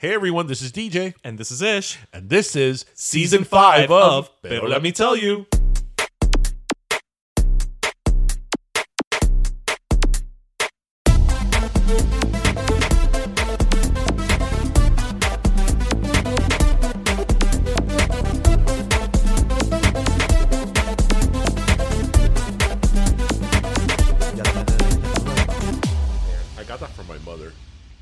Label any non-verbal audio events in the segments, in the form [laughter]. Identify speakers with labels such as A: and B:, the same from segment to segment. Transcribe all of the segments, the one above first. A: Hey everyone, this is DJ,
B: And this is Ish.
A: and this is season five of Pero Let Me Tell You.
C: I got that from my mother.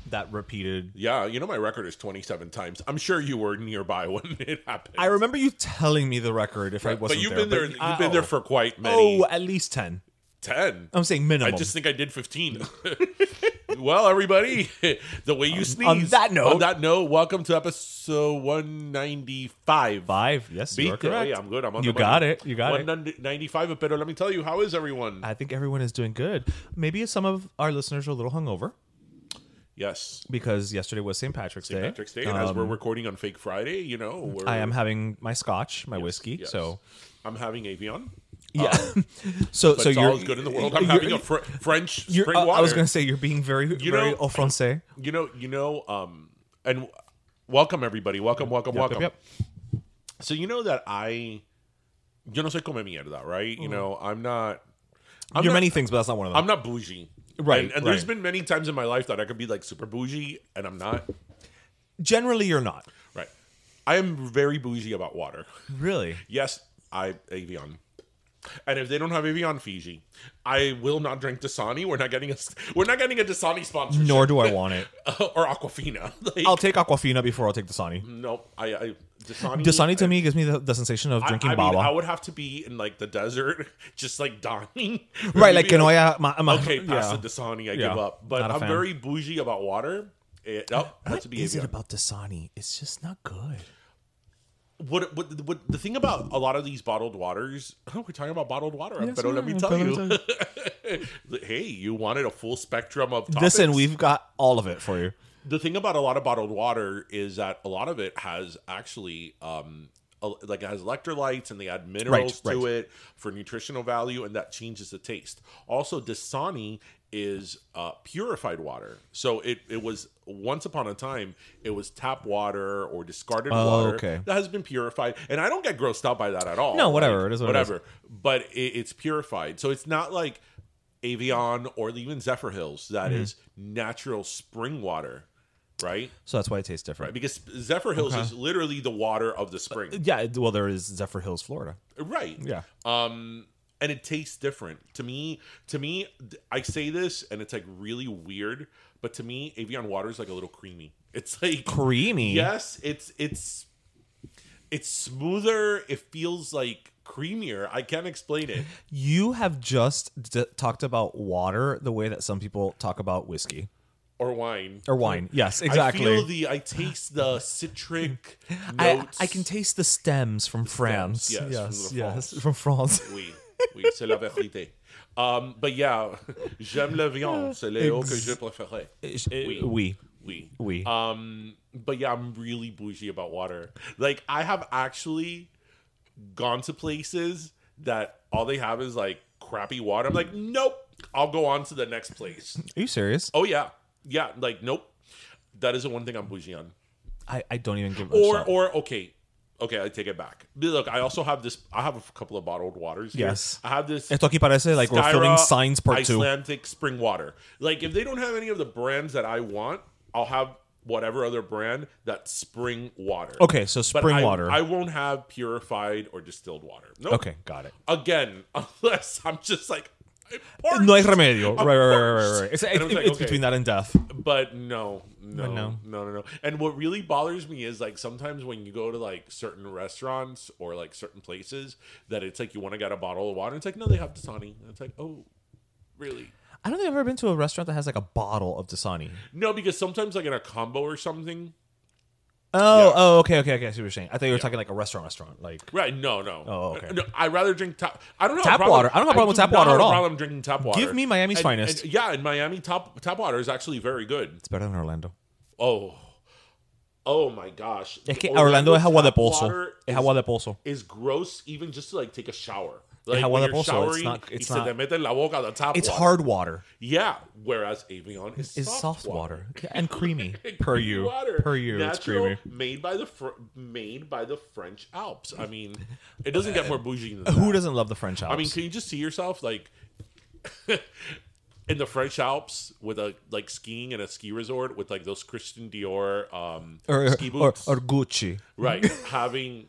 B: That repeated.
C: Yeah, you know my record is 27 times. I'm sure you were nearby [laughs] when it happened.
B: I remember you telling me the record if I
C: but
B: wasn't
C: you've
B: there,
C: been there.
B: but-
C: You've been there for quite many.
B: Oh, at least 10.
C: 10.
B: I'm saying minimum.
C: I just think I did 15. [laughs] well, everybody, the way you sneeze.
B: Um, on that note-
C: on that note, welcome to episode 195.
B: [laughs] Five. Yes,
C: Beat
B: you are
C: it.
B: correct.
C: Yeah, I'm good. I'm on
B: You
C: the
B: got
C: button.
B: it. You got it.
C: 195 of Pero. Let me tell you, how is everyone?
B: I think everyone is doing good. Maybe some of our listeners are a little hungover
C: yes.
B: because yesterday was St. Patrick's Day. Um,
C: Patrick's Day. and as we're recording on Fake Friday, you know, we're,
B: I am having my scotch, my whiskey.
C: yes.
B: So,
C: I'm having Avion.
B: yeah. so,
C: But
B: so
C: it's
B: you're
C: all good in the world. I'm
B: you're-
C: having a fr- French
B: you're-
C: spring
B: uh,
C: water.
B: I was going to say you're being very,
C: You
B: very
C: know-
B: au français.
C: you know, you know, um, and w- welcome everybody. Welcome, welcome, welcome.
B: Yep,
C: So you know that I, yo no soy come mierda, right?
B: Mm.
C: You know, I'm not. I'm
B: you're
C: not-
B: many things, but that's not one of them.
C: I'm not bougie.
B: Right,
C: And, and there's
B: right.
C: been many times in my life that I could be like super bougie, and I'm not.
B: Generally, you're not.
C: Right. I am very bougie about water.
B: Really?
C: Yes, I Avion. And if they don't have Avion Fiji, I will not drink Dasani. We're not getting a [laughs] we're not getting a Dasani sponsorship.
B: Nor Oh. do I want it.
C: [laughs] or Aquafina. [laughs] Like,
B: I'll take Aquafina before I'll take Dasani.
C: Nope. I, I Dasani.
B: Dasani to
C: I-
B: me gives me the, the sensation of
C: I-
B: drinking
C: I, mean,
B: baba.
C: I would have to be in like the desert, [laughs] just like dying. [laughs]
B: right, like
C: Maybe,
B: Kanoya. Ma, ma, [laughs]
C: Okay, pass
B: yeah.
C: the Dasani. I
B: Yeah.
C: give up. But
B: Not a
C: I'm
B: fan.
C: very bougie about water. It, oh,
B: What
C: that's a
B: is it
C: behavior.
B: about Dasani? It's just not good.
C: what, what, what the thing about a lot of these bottled waters? [laughs] we're talking about bottled water. but let me tell you. [laughs] hey, you wanted a full spectrum of. Topics?
B: Listen, we've got all of it for you.
C: the thing about a lot of bottled water is that a lot of it has actually um el- like it has electrolytes and they add minerals
B: Right,
C: to
B: right.
C: it for nutritional value and that changes the taste also dasani is uh, purified water so it, it was once upon a time it was tap water or discarded
B: Oh,
C: water
B: okay.
C: that has been purified and i don't get grossed out by that at all
B: No, whatever. It is what it is.
C: whatever but it, it's purified so it's not like avion or even zephyr hills that
B: Mm-hmm.
C: is natural spring water right?
B: So that's why it tastes different.
C: Right, because Zephyr Hills is literally the water of the spring,
B: Yeah, it- well, there is Zephyr Hills, Florida.
C: right?
B: Uh, Yeah.
C: Um, and it tastes different to me. To me, d- I say this, and it's like really weird, but to me, Avion water is like a little creamy. It's like
B: Creamy.
C: Yes, it's it's it's smoother. It feels like creamier. I can't explain it.
B: You have just d- talked about water the way that some people talk about whiskey
C: Or wine.
B: or wine. Yes,
C: I
B: exactly.
C: feel the. I taste the citric
B: [laughs] I,
C: notes.
B: I can taste the stems from France.
C: yes, from
B: yes,
C: the
B: yes,
C: France. [laughs]
B: from France.
C: Oui, oui, c'est la vérité. Um, but yeah, [laughs] j'aime le viande, c'est le haut que je préférais.
B: We.
C: eh, Oui.
B: We.
C: Um, but yeah, I'm really bougie about water. Like I have actually gone to places that all they have is like crappy water. I'm like, nope. I'll go on to the next
B: [laughs]
C: place.
B: Are you serious?
C: Oh yeah, yeah. Like nope. That is the one thing I'm bougie on.
B: I, I don't even give it a
C: Or
B: shot.
C: or okay, okay. I take it back. But look, I also have this. I have a couple of bottled waters. here.
B: Yes.
C: I have this.
B: Esto aquí parece like we're filming
C: Skyra
B: Signs Part 2.
C: Icelandic spring water. Like if they don't have any of the brands that I want, I'll have whatever other brand that's spring water.
B: Okay, so
C: But
B: spring
C: I-
B: water.
C: I won't have purified or distilled water. Nope.
B: okay, got it.
C: Again, [laughs] unless I'm just like I'm parched.
B: No hay remedio. Right,
C: I'm
B: right, right, right,
C: parched.
B: right, right. It's,
C: [laughs] And
B: it's,
C: I was like,
B: it's
C: okay.
B: between that and death.
C: But no, no,
B: no.
C: no, no, no, And what really bothers me is like sometimes when you go to like certain restaurants or like certain places that it's like you want to get a bottle of water. It's like no, they have Dasani. And it's like oh, really?
B: I don't think I've ever been to a restaurant that has like a bottle of Dasani.
C: No, because sometimes like in a combo or something.
B: Oh, oh, okay, okay, okay. I see what you're saying. I thought you were talking like a restaurant, restaurant. Like,
C: Right? No, no.
B: Oh, okay.
C: No, I rather drink tap. I don't have a
B: Tap
C: problem-
B: water. I don't have a problem with
C: do
B: tap
C: not
B: water
C: have
B: at
C: a
B: all.
C: Problem drinking tap water.
B: Give me Miami's
C: And-
B: finest.
C: and- yeah, in Miami, tap tap water is actually very good.
B: it's better than Orlando.
C: Oh, oh my gosh.
B: Es que Orlando es agua de
C: tap
B: pozo.
C: water
B: Es
C: is-
B: agua de pozo.
C: is gross even just to like take a shower. Like
B: agua
C: when
B: de
C: you're
B: pozo. It's
C: showering,
B: not-
C: y
B: it's
C: se
B: not-
C: te mete en la boca the tap
B: It's
C: water.
B: hard water.
C: Yeah, whereas Avion is,
B: It's soft water.
C: [laughs]
B: And creamy. per you.
C: Water.
B: Per you. It's
C: Natural,
B: creamy.
C: Made by the Fr- made by the French Alps. I mean, it doesn't get more bougie than that.
B: [laughs] Who doesn't love the French Alps?
C: I mean, can you just see yourself like [laughs] in the French Alps with a like skiing in a ski resort with like those Christian Dior um
B: or,
C: ski
B: or,
C: boots,
B: or Gucci. [laughs]
C: right? having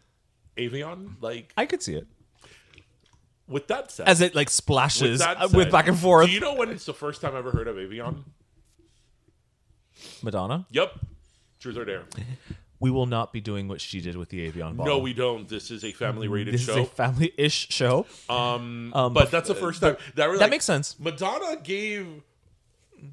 C: Avion like
B: I could see it.
C: with that said,
B: As it like splashes
C: that
B: uh, with
C: said,
B: back and forth.
C: Do you know when it's the first time I ever heard of Avion?
B: Madonna,
C: Yep. Truth or dare?
B: we will not be doing what she did with the Avion bottle.
C: No, we don't. This is a family rated
B: This
C: show.
B: is a family ish show.
C: but, that's the first time. That, really
B: that makes sense.
C: Madonna gave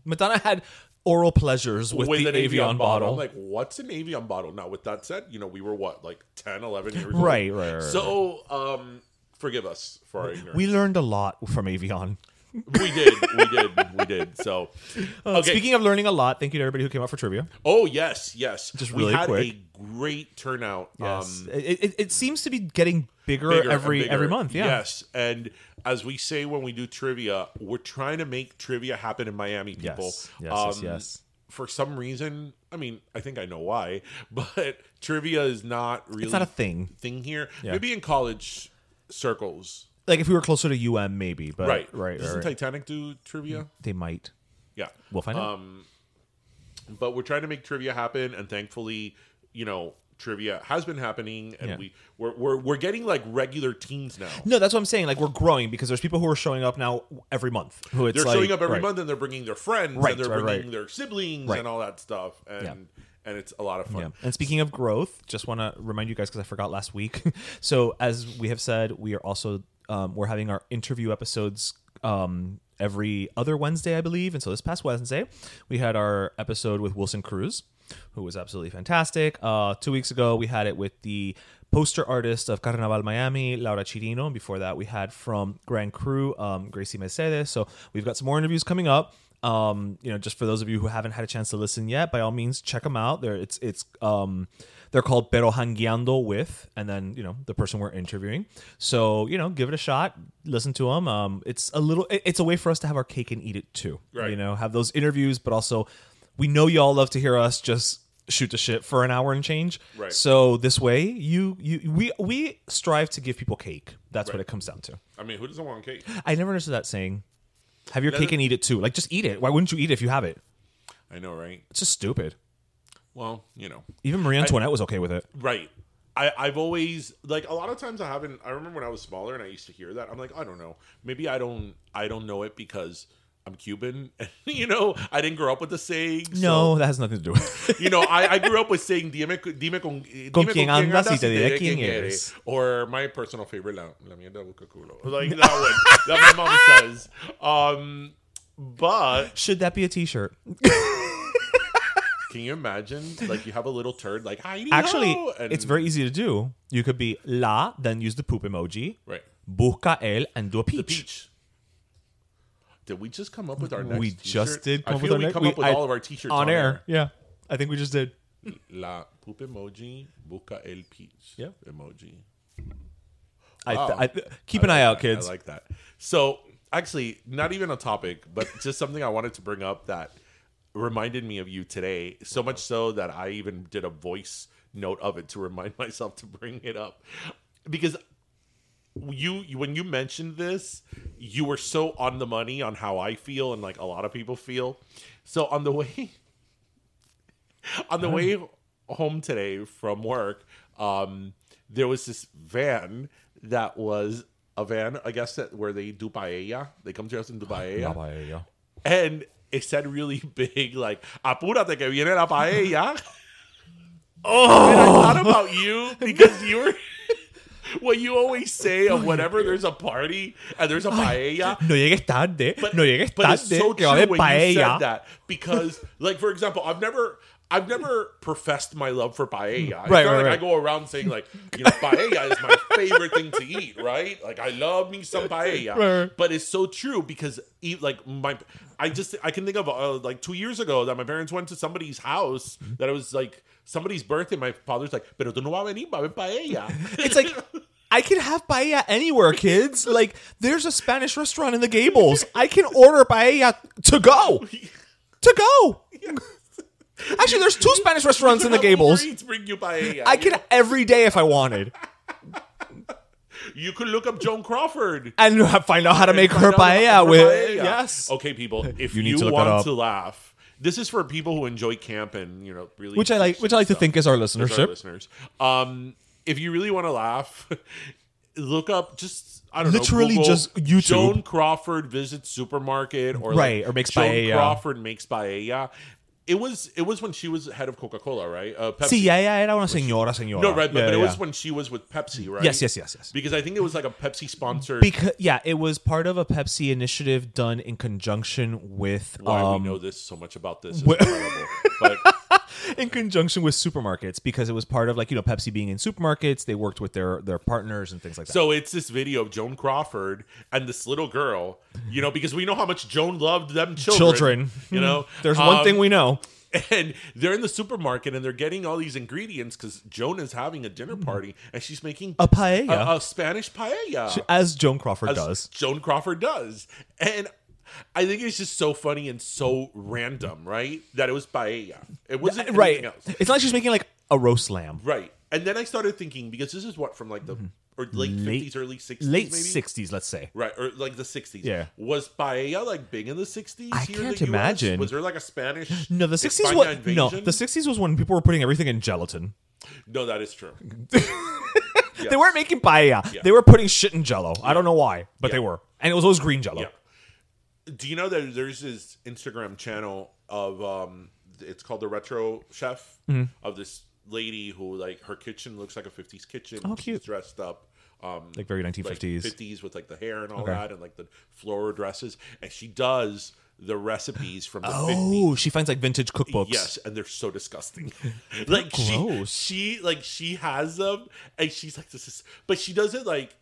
B: Madonna had oral pleasures with,
C: with
B: the
C: an
B: Avion, bottle.
C: I'm like, what's an Avion bottle? Now, with that said, you know, we were what, like 10, 11 years old?
B: Right, right, right,
C: So, um, forgive us for our ignorance.
B: we learned a lot from Avion.
C: we did. We did. We did.
B: [laughs]
C: So, okay.
B: Um, Speaking of learning a lot, thank you to everybody who came out for trivia.
C: oh, yes, yes.
B: Just
C: we
B: really
C: had
B: quick.
C: a great turnout. Um,
B: it, it, it seems to be getting bigger,
C: bigger and
B: every
C: bigger.
B: every month. Yeah.
C: Yes, and as we say when we do trivia, we're trying to make trivia happen in Miami, people. Um,
B: Yes. Yes, yes, yes.
C: For some reason, I mean, I think I know why, [laughs] but trivia is not really
B: It's not a thing.
C: thing here.
B: Yeah.
C: Maybe in college circles,
B: Like if we were closer to UM, maybe. But
C: right?
B: right,
C: Doesn't
B: right.
C: Titanic do trivia?
B: They might.
C: Yeah,
B: We'll find out.
C: Um, but we're trying to make trivia happen and thankfully you know trivia has been happening and
B: Yeah.
C: we we're, we're we're getting like regular teams now
B: No, that's what I'm saying. Like we're growing because there's people who are showing up now every month. Who it's
C: they're
B: like-
C: showing up every
B: right.
C: month and they're bringing their friends
B: Right,
C: and they're
B: right,
C: bringing
B: right.
C: their siblings
B: Right.
C: and all that stuff and and it's a lot of fun
B: Yeah. And speaking of growth, just want to remind you guys because I forgot last week. [laughs] so as we have said, we are also um, we're having our interview episodes um, every other Wednesday, I believe. And so this past Wednesday, we had our episode with Wilson Cruz, who was absolutely fantastic. Uh, two weeks ago, we had it with the poster artist of Carnaval Miami, Laura Chirino. And before that, we had from Grand Crew, um, Gracie Mercedes. So we've got some more interviews coming up um you know just for those of you who haven't had a chance to listen yet by all means check them out they're it's it's um they're called pero hangueando with and then you know the person we're interviewing so you know give it a shot listen to them um it's a little it- it's a way for us to have our cake and eat it too
C: Right.
B: you know have those interviews but also we know y'all love to hear us just shoot the shit for an hour and change
C: Right.
B: so this way you you we we strive to give people cake that's what it comes down to
C: i mean who doesn't want cake
B: I never understood that saying. Have your cake and eat it too. Like, just eat it. Why wouldn't you eat it if you have it?
C: i know right
B: It's just stupid.
C: well you know
B: Even Marie Antoinette was okay with it.
C: right I, I've always like a lot of times I haven't I remember when I was smaller and I used to hear that I'm like I don't know maybe I don't I don't know it because I'm Cuban [laughs] you know I didn't grow up with the saying so-
B: No, that has nothing to do with it. [laughs]
C: you know, I, I grew up with saying "dime, cu- dime con, eh, dime
B: Con quien andas y te diré quién eres.
C: Or my personal favorite, la, la mierda busca culo, like [laughs] that one that my mom says. Um, but
B: Should that be a t shirt?
C: can you imagine, like you have a little turd, like Heidi?
B: Actually,
C: ho," and-
B: it's very easy to do. You could be la, then use the poop emoji,
C: right.
B: busca el, and do a
C: The
B: peach.
C: peach. Did we just come up with our next
B: we just
C: t-shirt?
B: did
C: I
B: come up
C: feel
B: with our
C: we
B: next-
C: come
B: we-
C: up with
B: I-
C: all of our t-shirts
B: on air. Yeah, I think we just did.
C: La poop emoji, buca el peach
B: Yep.
C: emoji. Wow.
B: I, I, keep an eye out, kids.
C: I like that. So, actually, not even a topic, but just something I wanted to bring up that reminded me of you today. So much so that I even did a voice note of it to remind [laughs] myself to bring it up because you you- when you mentioned this you were so on the money on how i feel and like a lot of people feel so on the [laughs] way on the way home today from work um there was this van that was a van i guess that where they do paella they come to us and do paella and it said really [laughs] big, like, apúrate que viene la paella. oh! And I thought about you because you were. [laughs] What you always say of whenever there's a party and there's a paella,
B: No llegues tarde.
C: but,
B: no llegues
C: but it's
B: tarde.
C: so
B: que
C: true
B: va a haber
C: when you said
B: paella.
C: that because, like for example, I've never, I've never professed my love for paella. It's not
B: right,
C: like I
B: right.
C: go around saying like, you know, paella is my favorite thing to eat, right? Like I love me some paella.
B: Right.
C: But it's so true because, e- like my, I just I can think of uh, like two years ago that my parents went to somebody's house that it was like somebody's birthday. My father's like, pero tú no vas a venir, va a haber paella.
B: It's
C: [laughs]
B: like I can have paella anywhere, kids. Like there's a Spanish restaurant in the Gables. I can order paella to go. To go. Actually, there's two Spanish restaurants in the
C: Have
B: Gables.
C: Uber Eats bring you paella.
B: I can every day if I wanted,
C: You could look up Joan Crawford.
B: and ha- find out how to make
C: Find
B: her
C: out about
B: paella
C: her
B: with
C: paella.
B: yes, [laughs]
C: Okay, people, if you,
B: You need to look that
C: want
B: up.
C: to laugh, this is for people who enjoy camp and you know really,
B: which I like, which I like to think is our listenership.
C: There's our listeners. Um, if you really want to laugh, [laughs] look up just. I don't
B: Literally
C: know, Google
B: just YouTube.
C: Joan Crawford visits supermarket, or like,
B: Right, or makes
C: Joan
B: paella.
C: Crawford makes paella. It was it was when she was head of Coca Cola, right? Uh, Pepsi.
B: Sí, ella era una señora, señora.
C: No, right, but,
B: Yeah,
C: but it
B: yeah.
C: was when she was with Pepsi, right?
B: Yes, yes, yes, yes.
C: Because I think it was like a Pepsi sponsored.
B: because yeah, it was part of a Pepsi initiative done in conjunction with
C: why
B: um,
C: we know this so much about this
B: [laughs]
C: is incredible. But
B: in conjunction with supermarkets because it was part of like you know Pepsi being in supermarkets. They worked with their their partners and things like that.
C: so it's this video of Joan Crawford and this little girl, you know, because we know how much Joan loved them children.
B: children, Mm-hmm. Hmm.
C: you know.
B: there's one
C: Um,
B: thing we know.
C: [laughs] and they're in the supermarket and they're getting all these ingredients because Joan is having a dinner party and she's making
B: Mm. A paella.
C: a, a Spanish paella.
B: As Joan Crawford
C: uh, as
B: does.
C: Joan Crawford does. And I think it's just so funny and so random, right? That it was paella. It wasn't
B: Right.
C: anything else.
B: It's not like she's making like a roast lamb.
C: Right. And then I started thinking because this is what from like the or late fifties, early sixties,
B: Mm-hmm. Late
C: maybe?
B: 60s, let's say.
C: Right, or like the sixties.
B: Yeah.
C: Was paella like big in the sixties?
B: I
C: here in
B: can't
C: the US?
B: imagine.
C: Was there like a Spanish?
B: No, the 60s
C: España
B: was no,
C: invasion?
B: the 60s was when people were putting everything in gelatin.
C: No, that is true.
B: They weren't making paella. They were putting shit in jello. I don't know why, but they were. And it was always green jello.
C: Yeah. Do you know that there's this Instagram channel of um, it's called the Retro Chef
B: Mm-hmm.
C: of this lady who like her kitchen looks like a fifties kitchen.
B: Oh,
C: She's
B: cute.
C: dressed up. Um,
B: Like very 1950s.
C: like 50s with like the hair and all that and like the floral dresses and she does the recipes from the 50s
B: Oh, she finds like vintage cookbooks.
C: yes and they're so
B: [laughs]
C: disgusting like
B: Gross.
C: she she like she has them and she's like this is but she does it like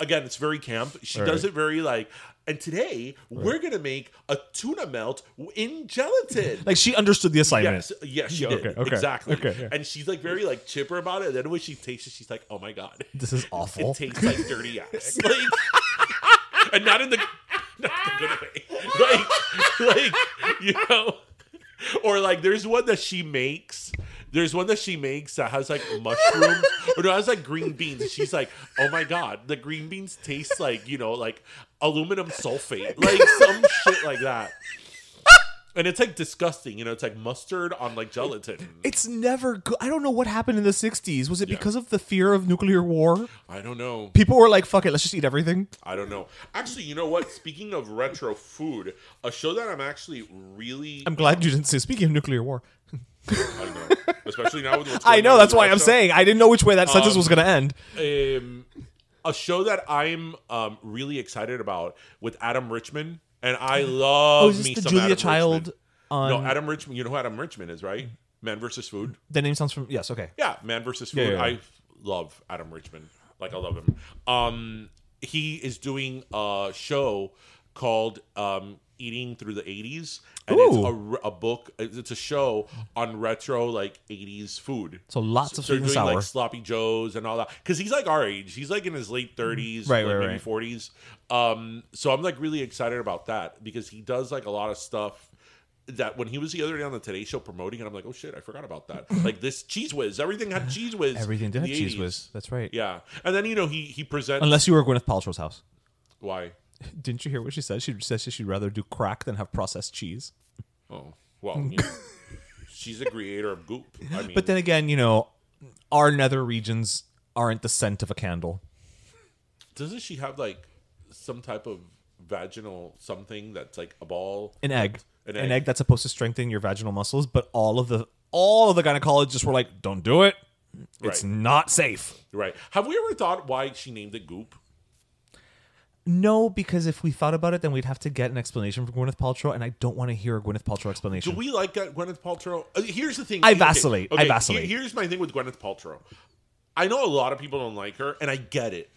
C: again it's very camp she does it very like and today we're gonna make a tuna melt in gelatin
B: [laughs] Like she understood the assignment.
C: Yes, yes, she
B: Yeah,
C: did.
B: okay, okay,
C: exactly.
B: okay, yeah.
C: And she's like very like chipper about it. And then when she tastes it, she's like, "Oh
B: [laughs]
C: my god,
B: This is awful.
C: it tastes like dirty ass. Like, and not in the not in the good way. Like, like you know, or like there's one that she makes. There's one that she makes that has like mushrooms, or no, it has like green beans. And she's like, oh my god, the green beans taste like you know like aluminum sulfate, like some shit like that. And it's like disgusting, you know. It's like mustard on like gelatin.
B: It's never good. I don't know what happened in the 60s. Was it because of the fear of nuclear war?
C: I don't know.
B: People were like, fuck it, let's just eat everything.
C: I don't know. Actually, you know what? Speaking of retro food, a show that I'm actually really
B: I'm glad you didn't say, speaking of nuclear war.
C: I know, especially now with what's
B: [laughs] I
C: going
B: know,
C: on
B: that's
C: in
B: why I'm
C: Russia.
B: saying. I didn't know which way that sentence was going to end.
C: Um, a show that I'm um, really excited about with Adam Richman, and I
B: [gasps]
C: love
B: Oh, is
C: me
B: this the
C: some
B: Julia
C: Adam
B: Child?
C: Richman. no, Adam Richman. You know who Adam Richman is, right? Man versus Food.
B: The name sounds from. Yes, okay.
C: Yeah, Man versus Food.
B: Yeah, yeah, yeah.
C: I love Adam Richman. Like I love him. Um, he is doing a show called um, eating through the 80s and it's a, re- a book it's a show on retro like 80s food
B: So lots of
C: so
B: sweet
C: they're
B: and
C: doing
B: sour.
C: like sloppy joes and all that because he's like our age he's like in his late 30s
B: Mm-hmm. Right,
C: like
B: right,
C: maybe
B: right.
C: 40s um so i'm like really excited about that because he does like a lot of stuff that when he was the other day on the Today Show promoting it, I'm like, oh shit, I forgot about
B: [laughs]
C: that. like this cheese whiz, everything had cheese whiz.
B: Everything did
C: in
B: have
C: the
B: cheese
C: 80s.
B: whiz. That's right.
C: Yeah, and then you know he he presents
B: Unless you were at Gwyneth Paltrow's house.
C: why
B: Didn't you hear what she said? She said she'd rather do crack than have processed cheese.
C: oh
B: [laughs]
C: well you know, she's the creator of Goop. I mean,
B: But then again, you know, our nether regions aren't the scent of a candle.
C: doesn't she have like some type of vaginal something that's like a ball?
B: An egg.
C: An
B: An
C: egg.
B: egg. that's supposed to strengthen your vaginal muscles, but all of the all of the gynecologists were like, "Don't do it. It's
C: Right.
B: not safe."
C: Right? Have we ever thought why she named it Goop?
B: No, because if we thought about it, then we'd have to get an explanation from Gwyneth Paltrow, and I don't want to hear a Gwyneth Paltrow
C: Do
B: explanation.
C: we like that Gwyneth Paltrow? Uh, here's the thing.
B: I vacillate. I vacillate.
C: he- Here's my thing with Gwyneth Paltrow. I know a lot of people don't like her, and I get it.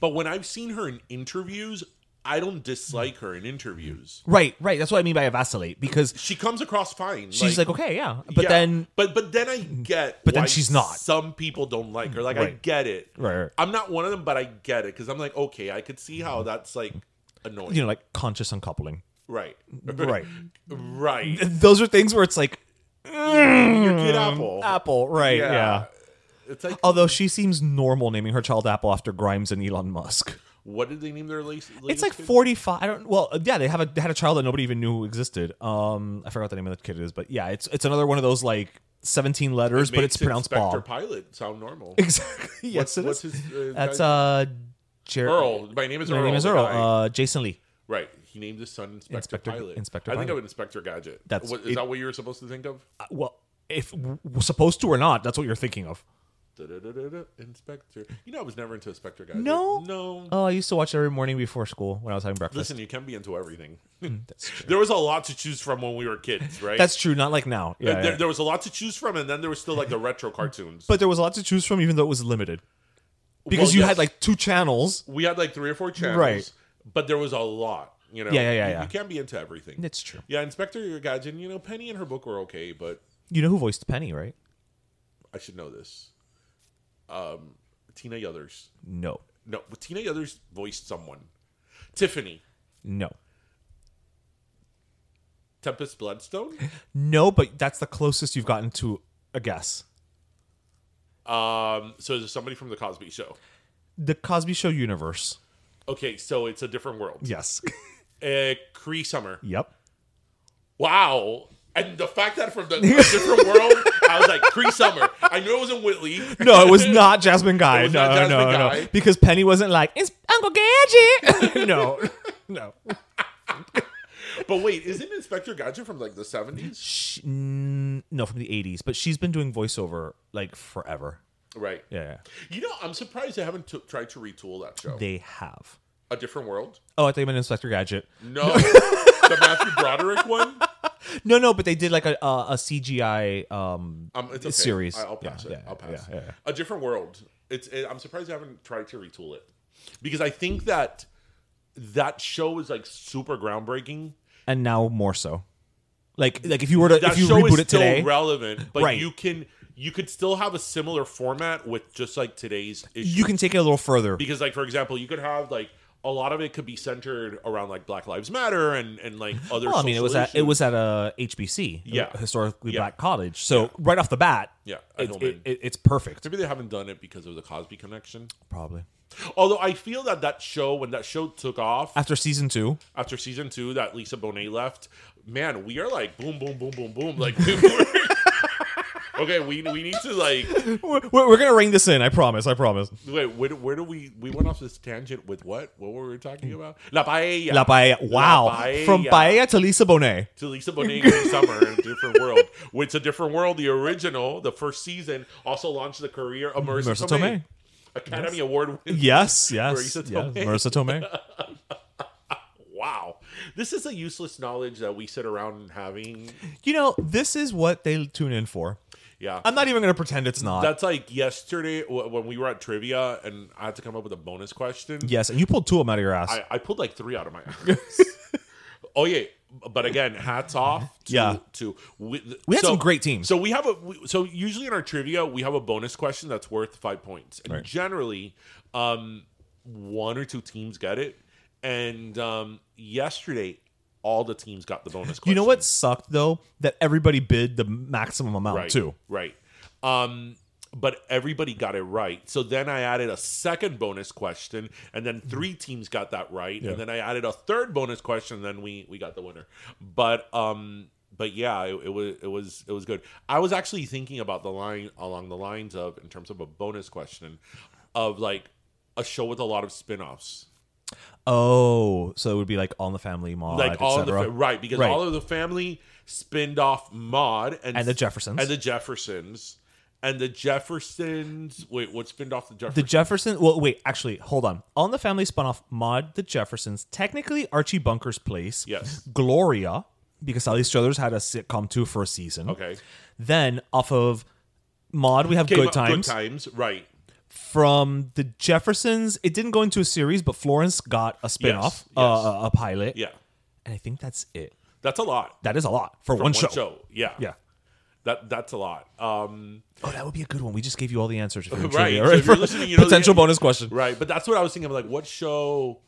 C: But when I've seen her in interviews, I don't dislike her in interviews.
B: right, right. That's what I mean by I vacillate because
C: She comes across fine.
B: she's like, "Okay, yeah," but
C: yeah.
B: then
C: but but then I get.
B: But then
C: why
B: she's not.
C: Some people don't like her. Like I
B: Right.
C: get it.
B: Right, right.
C: I'm not one of them, but I get it because I'm like, okay, I could see how that's like annoying.
B: you know, like conscious uncoupling.
C: right.
B: Right.
C: [laughs] Right.
B: Those are things where it's like
C: Your kid Apple.
B: Mm-hmm. Apple, right?
C: Yeah.
B: Yeah.
C: It's like,
B: Although she seems normal naming her child Apple after Grimes and Elon Musk.
C: what did they name their lace?
B: It's like 45. I don't well, yeah, they have a they had a child that nobody even knew existed. Um I forgot the name of the kid it is, but yeah, it's it's another one of those like 17 letters, but
C: Makes
B: it's pronounced
C: Inspector
B: Bob.
C: Pilot sound
B: [laughs]
C: normal.
B: Exactly. Yes, what's,
C: what's his, uh,
B: That's
C: guy-
B: uh Jer-
C: Earl. My name is
B: My
C: Earl.
B: name is
C: the
B: Earl.
C: guy.
B: Uh Jason Lee.
C: right. He named his son Inspector,
B: Inspector-
C: Pilot.
B: Inspector
C: I think of
B: Pilot.
C: Inspector Gadget.
B: That's-
C: What- is
B: it-
C: that what you were supposed to think of?
B: Uh, well, if w- supposed to or not, that's what you're thinking of.
C: Da-da-da-da-da, Inspector. You know, I was never into Inspector Gadget.
B: No?
C: No.
B: Oh, I used to watch it every morning before school when I was having breakfast.
C: Listen, you can be
B: [laughs]
C: into everything. [laughs] there was a lot to choose from when we were kids, right?
B: that's true, not like now. Yeah,
C: there,
B: yeah.
C: there was a lot to choose from, and then there was still
B: [laughs]
C: like the retro cartoons.
B: but there was a lot to choose from, even though it was limited. Because
C: Well,
B: you
C: yes.
B: had like two channels.
C: we had like three or four channels,
B: Right.
C: But there was a lot, you know.
B: Yeah, yeah, yeah,
C: You,
B: yeah.
C: you can't be into everything.
B: It's true.
C: Yeah, Inspector Gadget. You know, Penny and her book were okay, but
B: You know who voiced Penny, right?
C: I should know this. Um, Tina Yothers.
B: No,
C: No, but Tina Yothers voiced someone. Tiffany
B: no, [laughs]
C: Tempest Bloodstone.
B: no. But that's the closest you've gotten to a guess.
C: Um, so there's somebody from the Cosby Show.
B: The Cosby Show universe.
C: Okay, so it's a different world.
B: Yes.
C: Uh, Cree Summer.
B: [laughs] yep.
C: Wow. And the fact
B: [laughs]
C: that from the a different world, I was like Cree Summer. I knew it was in Whitley.
B: No, it was not Jasmine Guy.
C: It was
B: no,
C: not Jasmine
B: no, no.
C: Guy.
B: Because Penny wasn't like it's Uncle
C: [laughs]
B: Gadget. no, no.
C: But wait, isn't Inspector Gadget from like the 70s?
B: She, mm, no, from the '80s. But she's been doing voiceover like forever.
C: Right.
B: Yeah,
C: You know, I'm surprised they haven't t- tried to retool that show.
B: they have.
C: a different world?
B: Oh, I thought you meant Inspector Gadget.
C: No.
B: [laughs]
C: the Matthew Broderick one?
B: No, no, but they did like a a, a CGI. Um,
C: Um, it's okay.
B: Series.
C: I, will pass
B: Yeah,
C: it.
B: yeah,
C: I'll pass
B: yeah,
C: it.
B: yeah.
C: A different world. It's. It, I'm surprised they haven't tried to retool it because I think that that show is like super groundbreaking.
B: and now more so. Like, like if you were to
C: That
B: if you
C: show is
B: reboot it
C: still
B: today,
C: relevant, but
B: Right.
C: you can you could still have a similar format with just like today's issue.
B: you can take it a little further.
C: because like for example you could have like a lot of it could be centered around like black lives matter and and like other
B: Well, I mean, it was
C: social
B: at it
C: issues.
B: was at uh, a HBC,
C: Yeah.
B: a historically
C: Yeah.
B: black college. So right off the bat,
C: Yeah, I
B: it's,
C: know, man.
B: it, it- it's perfect.
C: maybe they haven't done it because of the cosby connection
B: Probably
C: although i feel that that show when that show took off
B: after season two,
C: after season two that lisa bonet left man we are like boom boom boom boom boom
B: [laughs]
C: like we were- okay we, we need to like
B: we're, we're gonna ring this in. I promise. I promise.
C: wait where, do- where do we we went off this tangent with what what were we talking about la paella
B: La paella. Wow, from
C: paella.
B: paella to Lisa Bonet.
C: to Lisa Bonet Green Summer in a different world. Which a different world, the original, the first season, also launched the career of Marissa,
B: Marissa
C: Tomei.
B: Tomei.
C: Academy Award winner.
B: Yes, yes,
C: Marisa
B: yes.
C: Tomei.
B: Marissa
C: [laughs]
B: Tomei.
C: Wow. This is a useless knowledge that we sit around having.
B: you know, this is what they tune in for.
C: Yeah.
B: I'm not even gonna pretend it's not.
C: That's like yesterday wh- when we were at trivia and I had to come up with a bonus question.
B: yes, and you pulled two of them out of your ass. [laughs]
C: I, I pulled like three out of my ass. oh, yeah. but again, hats off. To,
B: Yeah.
C: to we,
B: We had some great teams.
C: So we have a we, so usually in our trivia we have a bonus question that's worth five points, and
B: Right.
C: generally, um, one or two teams get it. And um, yesterday, all the teams got the bonus. question.
B: You know what sucked though? That everybody bid the maximum amount
C: Right.
B: too.
C: Right. Um, but everybody got it right. So then I added a second bonus question, and then
B: Mm-hmm.
C: three teams got that right, and then I added a third bonus question, and then we we got the winner. But um, but yeah, it, it was it was it was good. I was actually thinking about the line along the lines of in terms of a bonus question, of like a show with a lot of spin-offs.
B: Oh, so it would be like All in the Family, Mod,
C: like all of the fa-
B: etc.
C: right because
B: Right.
C: all of the family spinned off Maud and,
B: And the Jeffersons.
C: and the Jeffersons and the Jeffersons. Wait, what spinned off the
B: The
C: Jeffersons?
B: Jefferson. Well, wait. Actually, hold on. All in the Family spun off Mod, the Jeffersons, technically Archie Bunker's place.
C: Yes.
B: Gloria, because Sally Struthers had a sitcom too for a season.
C: okay,
B: Then off of Mod, we have
C: Came
B: Good
C: up-
B: Times.
C: Good times. Right.
B: From the Jeffersons, it didn't go into a series, but Florence got a spinoff, off
C: Yes,
B: uh, a pilot.
C: Yeah,
B: And I think that's it.
C: that's a lot.
B: That is a lot for
C: for
B: one, show.
C: Yeah.
B: Yeah.
C: That that's a lot. Um,
B: Oh, that would be a good one. We just gave you all the answers. If you're
C: [laughs] right.
B: trivia,
C: so if you're
B: For
C: listening, you know the-
B: [laughs] potential bonus question
C: Right, but that's what I was thinking. of, Like, what show?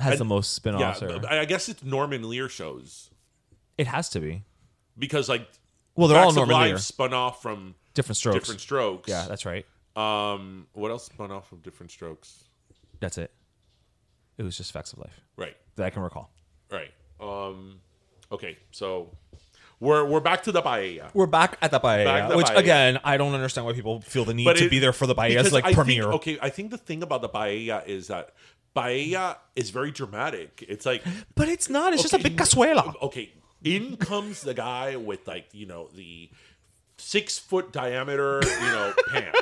B: has
C: And-
B: the most
C: Yeah,
B: spin-offs. or-
C: but I I guess it's Norman Lear shows
B: it has to be
C: because like,
B: Well, they're all
C: Facts of
B: Norman
C: Life
B: Lear.
C: spun off from
B: different strokes.
C: different strokes.
B: yeah, that's right.
C: Um, what else spun off of different strokes?
B: That's it. It was just facts of life
C: Right,
B: that I can recall.
C: right. Um, okay, so we're we're back to the paella.
B: We're back at the Bahia,
C: Back at the
B: which
C: Bahia.
B: again I don't understand why people feel the need to
C: it-
B: be there for the Bahia's
C: because
B: like
C: I think-
B: premiere.
C: okay, I think the thing about the paella is that paella is very dramatic. It's like
B: But it's not. It's just a
C: okay,
B: big cazuela.
C: Okay, in comes the guy with like you know the six foot diameter you know pan,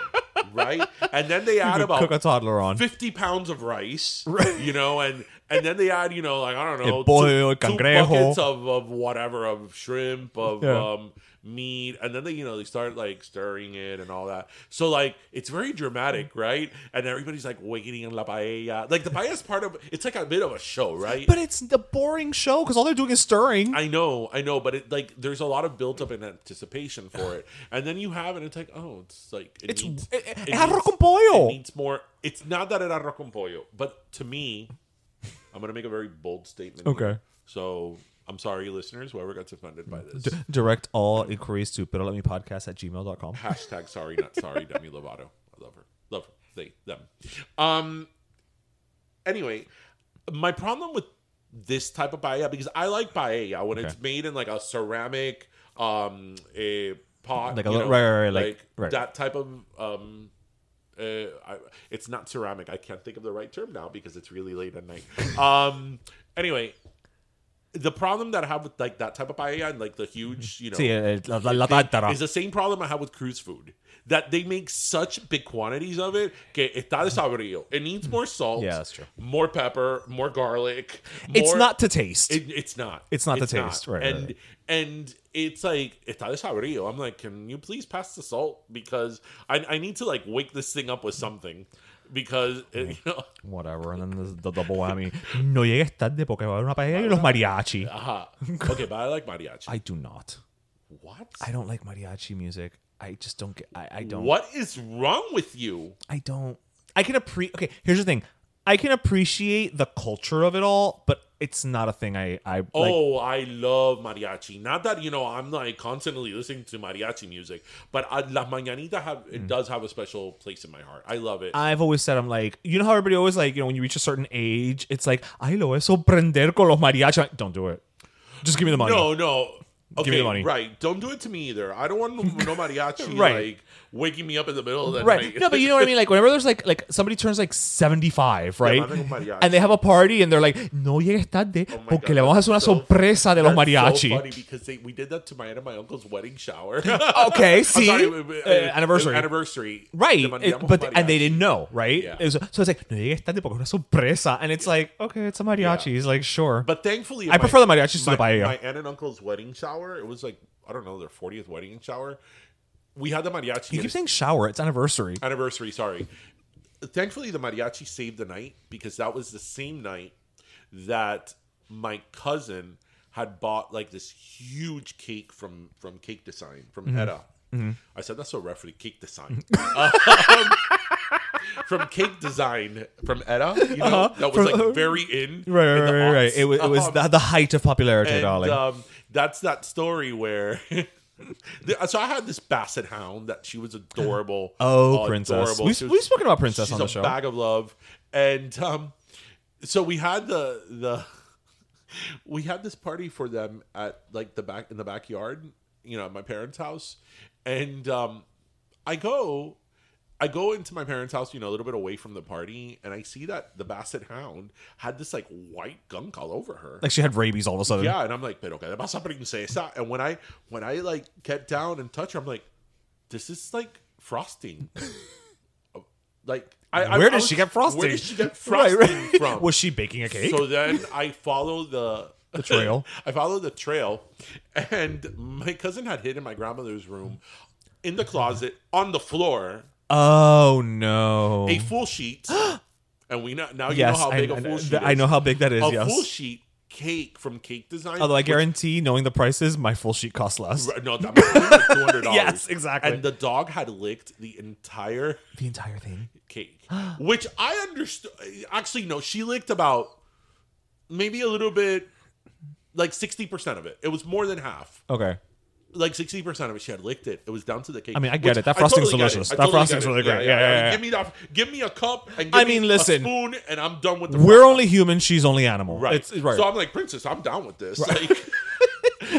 C: right? And then they add about
B: Cook a toddler on.
C: 50 pounds of rice, you know, and and then they add, you know, like, I don't know,
B: El pollo, el cangrejo.
C: buckets of, of whatever, of shrimp, of
B: Yeah.
C: um, meat. And then they, you know, they start like stirring it and all that. So, like, it's very dramatic, right? And everybody's like waiting in la paella. Like, the paella's part of it's like a bit of a show, right?
B: But it's the boring show because all they're doing is stirring.
C: I know, I know, but it like there's a lot of built up in anticipation for it, and then you have it, and it's like, oh, it's like it
B: It's-
C: needs,
B: eh, eh, arroz con pollo.
C: It needs more. It's not that it arroz con pollo, but to me, I'm gonna make a very bold statement.
B: Okay.
C: here. so I'm sorry, listeners, whoever gets offended by this.
B: Direct all inquiries to let me podcast at gmail.com.
C: Hashtag sorry, not sorry, Demi Lovato. I love her. Love her. They, them. Um. Anyway, my problem with this type of paella because I like paella when it's made in like a ceramic, um, a pot,
B: Like a
C: you
B: little- right, right, right, like- right.
C: that type of um. Uh, I, it's not ceramic. I can't think of the right term now because it's really late at night.
B: [laughs]
C: Um. Anyway, the problem that I have with like that type of paella and like the huge, you know,
B: Sí, eh, la- la- la tártara.
C: is the same problem I have with cruise food that they make such big quantities of it. Que está desabrido. It needs more salt.
B: Yeah, that's true.
C: More pepper, more garlic.
B: It's
C: more-
B: not to taste.
C: It, it's not.
B: It's not the taste, right, right,
C: And
B: right.
C: and it's like está desabrido. I'm like, can you please pass the salt because I I need to like wake this thing up with something because [laughs] it, you know.
B: Whatever. And then the, the double whammy. no llegues tarde porque va a haber una paella y los mariachi.
C: Aha. uh-huh. Okay, but I like mariachi.
B: I do not.
C: what?
B: I don't like mariachi music. I just don't get. I, I don't.
C: What is wrong with you?
B: I don't. I can appreciate. Okay, here's the thing. I can appreciate the culture of it all, but it's not a thing I. I like,
C: Oh, I love mariachi. Not that you know I'm like constantly listening to mariachi music, but uh, La Mañanita have
B: Mm.
C: it does have a special place in my heart. I love it.
B: I've always said I'm like, you know how everybody always like, you know, when you reach a certain age, it's like, ay lo voy a sorprender con los mariachi. Like, Don't do it. Just give me the money.
C: no, no. Okay,
B: Give me the money.
C: right. Don't do it to me either. I don't want no
B: [laughs]
C: mariachi
B: Right.
C: like waking me up in the middle of the
B: right.
C: night.
B: No, but you know what I mean. Like whenever there's like like somebody turns like 75, right,
C: manden un mariachi. Oh
B: and they have a party and they're like, no llegues tarde
C: my
B: porque
C: God,
B: le vamos a hacer una
C: that's so-
B: sorpresa de los
C: [laughs] that's
B: mariachi.
C: So funny because they, we did that to my aunt and my uncle's wedding
B: [laughs]
C: shower.
B: okay,
C: [laughs] I'm
B: see,
C: sorry,
B: Uh, anniversary.
C: anniversary,
B: Right,
C: Te
B: it-
C: mandamos
B: but and they
C: mariachi.
B: didn't know, right?
C: Yeah.
B: It was- so it's like no llegues tarde porque es una sorpresa, and it's like okay, it's a mariachi.
C: Yeah.
B: He's like sure,
C: But thankfully,
B: I prefer the mariachis to the
C: my,
B: paella.
C: My aunt and uncle's wedding shower. It was like I don't know their fortieth wedding shower. We had the mariachi.
B: you
C: and
B: keep
C: it's-
B: saying shower. It's anniversary.
C: anniversary. Sorry. Thankfully, the mariachi saved the night because that was the same night that my cousin had bought like this huge cake from from Cake Design from
B: Mm-hmm.
C: Edda. I said that's so rough for the Cake Design. [laughs] Um, from Cake Design from Edda, you know, that was
B: Uh-huh. From-
C: like very in.
B: [laughs] Right,
C: in
B: right,
C: the
B: right, right.
C: aughts.
B: It was, it was
C: [laughs] Um,
B: the, the height of popularity,
C: and,
B: darling.
C: Um, that's that story where. [laughs] the- so I had this basset hound that she was adorable.
B: [gasps] Oh,
C: uh,
B: princess.
C: adorable.
B: We-
C: She
B: we've spoken about princess
C: she's
B: on the
C: a
B: show.
C: Bag of love, and um, so we had the the [laughs] we had this party for them at like the back in the backyard, you know, at my parents' house, and um, I go. I go into my parents' house, you know, a little bit away from the party, and I see that the basset hound had this like white gunk all over her.
B: like she had rabies all of a sudden.
C: Yeah, and I'm like, pero qué le pasa princesa? And when I when I like get down and touch her, I'm like, this is like frosting. [laughs] like, I, I-
B: Where
C: I
B: did
C: was-
B: she get frosting?
C: Where
B: [laughs]
C: did she get
B: Right,
C: frosting
B: right.
C: from?
B: Was she baking a cake?
C: So then I follow the, [laughs] the
B: trail.
C: I follow the trail, and my cousin had hidden my grandmother's room in the closet on the floor
B: oh no.
C: a
B: [gasps]
C: full sheet. And we know, now you
B: yes,
C: know how
B: I-
C: big a
B: I,
C: full
B: know-
C: sheet.
B: th- I
C: is.
B: know how big that is.
C: a
B: yes.
C: full sheet cake from Cake Design.
B: Although I
C: which-
B: guarantee, knowing the prices, my full sheet costs less.
C: Right, [laughs] No, that was two hundred dollars.
B: Yes, exactly.
C: And the dog had licked the entire
B: The entire thing. [gasps]
C: cake, which I understood. Actually, no, she licked about maybe a little bit, like sixty percent of it. It was more than half.
B: Okay.
C: Like sixty percent of it, she had licked it. It was down to the cake.
B: I mean, I get
C: which
B: it. That frosting's
C: get it.
B: delicious.
C: I
B: That frosting's
C: get it.
B: really great. Yeah, yeah, yeah.
C: Give me that. Give me a cup. And give
B: I mean,
C: me
B: listen.
C: a spoon, and I'm done with the.
B: We're
C: frosting.
B: only human. She's only animal.
C: right.
B: It's, right.
C: So I'm like, princess, I'm down with
B: [laughs]
C: this. Like.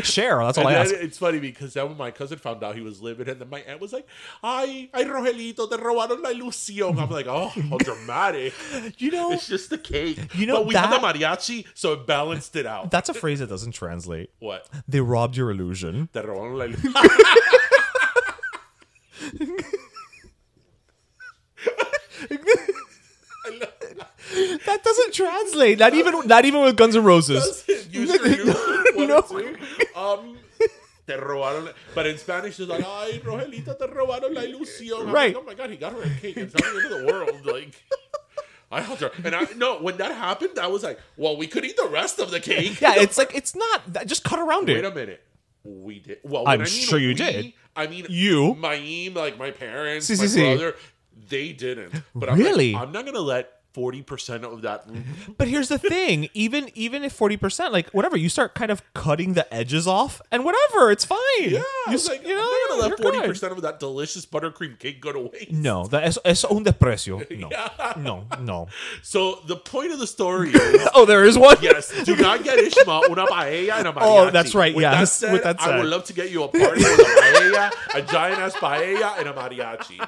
B: Share. That's all I
C: And
B: ask.
C: then it's funny because then when my cousin found out he was living, and then my aunt was like, "Ay, ay, Rogelito, te robaron la ilusión." I'm like,
B: [laughs]
C: "Oh, how dramatic!
B: You know-
C: it's just the cake."
B: You know
C: but we had the
B: that-
C: mariachi, so it balanced it out.
B: That's a phrase that doesn't translate.
C: what?
B: They robbed your illusion.
C: Te robaron la
B: [laughs]
C: ilusión. [laughs]
B: That doesn't translate. Not even. Not even with Guns N' Roses.
C: Use your you
B: No.
C: Um, te robaron. La... But in Spanish, it's like, "Ay, Rogelito, te robaron la ilusión." I'm
B: Right.
C: Like, oh my god, he got her a cake. It's not the end of the world. Like. [laughs] I helped her, and I no. When that happened, I was like, "Well, we could eat the rest of the
B: [laughs] [laughs]
C: cake."
B: Yeah. It's like it's not. that- Just cut around
C: Wait
B: it.
C: a minute. We did. Well,
B: I'm
C: when I mean
B: sure you
C: we,
B: did.
C: I mean,
B: You.
C: my aim, like my parents,
B: Si,
C: my
B: si, si.
C: brother, they didn't. But I'm like,
B: Really?
C: I'm not gonna let forty percent of
B: [laughs]
C: that.
B: But here's the thing. Even even if forty percent, like whatever, you start kind of cutting the edges off, and whatever, it's fine.
C: Yeah, I
B: You,
C: was
B: s-
C: like,
B: you know,
C: [laughs] I'm
B: you're
C: not gonna let
B: good.
C: forty percent of that delicious buttercream cake go to waste.
B: No, that es, es un desprecio.
C: [laughs]
B: No, no, no.
C: So the point of the
B: [laughs]
C: story is.
B: Oh, there is one.
C: Yes, do not get Ishma una paella and a mariachi.
B: Oh, that's right,
C: With
B: yes,
C: that said,
B: with that
C: I
B: said.
C: would love to get you a party with a paella, a giant ass paella, and a mariachi.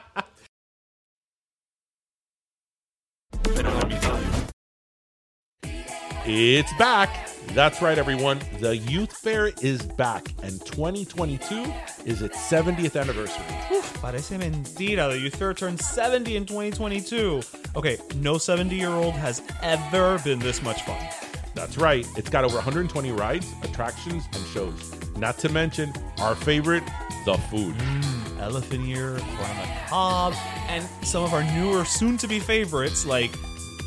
C: It's back. That's right, everyone. The Youth Fair is back, and 2022 is its 70th anniversary.
B: [laughs] Parece mentira that you third turned 70 in 2022. Okay, no 70 year old has ever been this much fun.
C: That's right. It's got over 120 rides, attractions, and shows. Not to mention our favorite, the food.
B: Elephant Ear, Corn Hob, and some of our newer, soon to be favorites like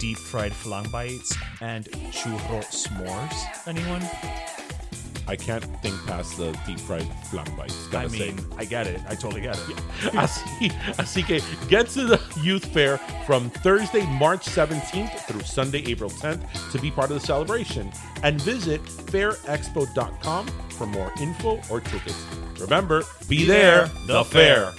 B: deep fried flan bites and churro s'mores. Anyone?
C: I can't think past the deep fried flan bites. Gotta
B: I mean,
C: say.
B: I get it. I totally get it.
C: [laughs] Así, así que get to the youth fair from Thursday, March 17th through Sunday, April 10th to be part of the celebration and visit fairexpo.com for more info or tickets. Remember, be, there, the fair.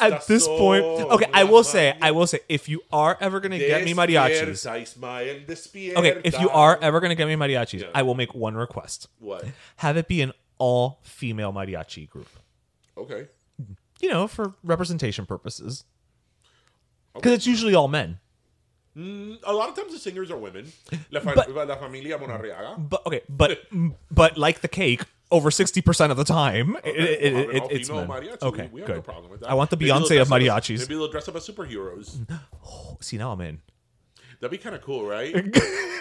B: At this point, okay, I will say, I will say, if you are ever gonna get me mariachis, okay, if you are ever gonna get me mariachis, I will make one request.
C: What?
B: have it be an all female mariachi group.
C: Okay.
B: You know, for representation purposes. Because it's usually all men.
C: A lot of times the singers are women. La, fa-
B: But-
C: la familia Monarriaga.
B: But okay, but but like the cake, over sixty percent of the time, it, it, it,
C: We'll have an
B: it- it's
C: all-female
B: men.
C: mariachi.
B: Okay,
C: we, we have
B: good.
C: no problem with that.
B: I want the
C: Maybe they'll
B: Beyonce of
C: dress up as-
B: mariachis.
C: maybe they'll dress up as superheroes.
B: See, now I'm in.
C: That'd be kind of
B: [laughs]
C: cool, right?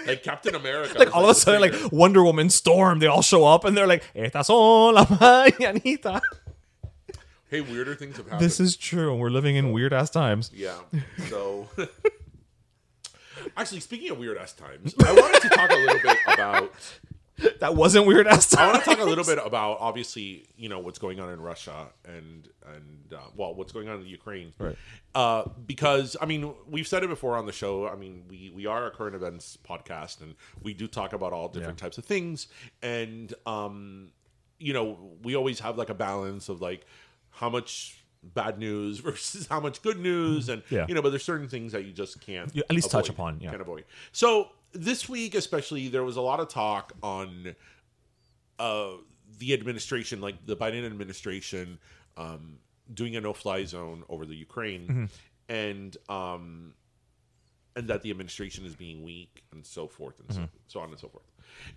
C: like Captain America.
B: Like
C: is
B: all of a
C: the
B: sudden, like
C: singer.
B: Wonder Woman, Storm, they all show up and they're like, "Estas son [laughs] la mañanita."
C: hey, weirder things have happened.
B: This is true, and we're living in weird ass times.
C: yeah. So, [laughs] Actually, speaking of weird ass times, I wanted to talk a little bit about.
B: That wasn't weird ass
C: I
B: time.
C: want to talk a little bit about obviously you know what's going on in Russia and and uh, well what's going on in the Ukraine, right? Uh, because I mean we've said it before on the show. I mean we we are a current events podcast and we do talk about all different types of things and um you know we always have like a balance of like how much bad news [laughs] versus how much good news and
B: Mm-hmm. Yeah.
C: you know but there's certain things that you just can't
B: You at least touch
C: avoid,
B: upon, yeah.
C: can't avoid. So this week especially there was a lot of talk on uh, the administration, like the Biden administration, um, doing a no-fly zone over the Ukraine,
B: Mm-hmm.
C: and um, and that the administration is being weak and so forth and so, so on and so forth.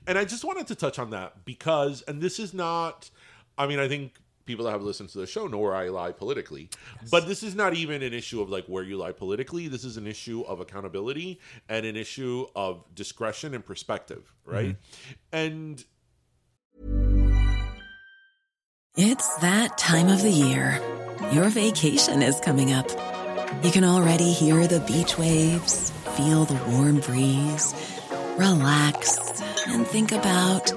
C: And I just wanted to touch on that because, and this is not, I mean, I think people that have listened to the show know where I lie politically, but this is not even an issue of like where you lie politically. This is an issue of accountability and an issue of discretion and perspective, right? And
D: It's that time of the year. Your vacation is coming up. You can already hear the beach waves, feel the warm breeze, relax, and think about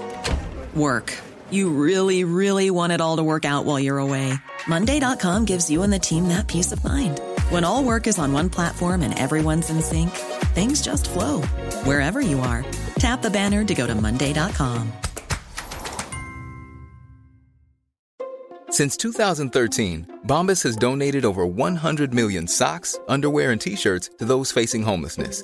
D: work. You really, really want it all to work out while you're away. Monday.com gives you and the team that peace of mind. When all work is on one platform and everyone's in sync, things just flow wherever you are. Tap the banner to go to Monday.com.
E: Since 2013, Bombas has donated over 100 million socks, underwear, and t shirts to those facing homelessness.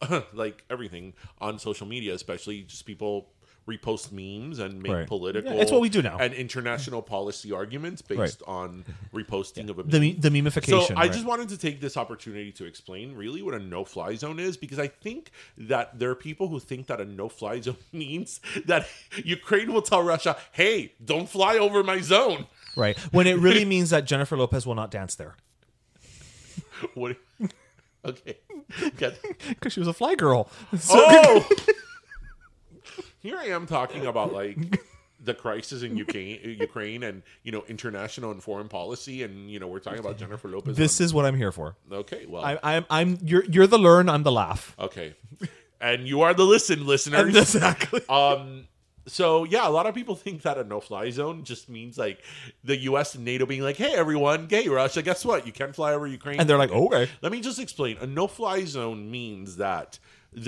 C: [laughs] like everything on social media, especially just people repost memes and make
B: Right.
C: political.
B: Yeah, it's what we do now.
C: And international policy arguments based
B: Right.
C: on reposting of a
B: The,
C: meme.
B: me- the memification.
C: So I
B: right.
C: just wanted to take this opportunity to explain really what a no-fly zone is because I think that there are people who think that a no-fly [laughs] zone means that Ukraine will tell Russia, "Hey, don't fly over my zone." [laughs]
B: Right. When it really means that Jennifer Lopez will not dance there. [laughs]
C: What? [laughs] Okay. Get-
B: Because she was a fly girl. So, [laughs]
C: Oh! Here I am talking about like the crisis in Ukraine, Ukraine, and you know international and foreign policy, and you know we're talking about Jennifer Lopez.
B: this
C: on-
B: is what I'm here for.
C: okay. Well,
B: I, I'm, I'm, you're, you're the learn, I'm the laugh.
C: okay, and you are the listen, listeners.
B: [laughs] Exactly.
C: Um. So yeah, a lot of people think that a no-fly zone just means like the U.S. and NATO being like, "Hey, everyone, hey Russia, guess what? You can fly over Ukraine."
B: And they're like, okay.
C: Let me just explain. A no fly zone means that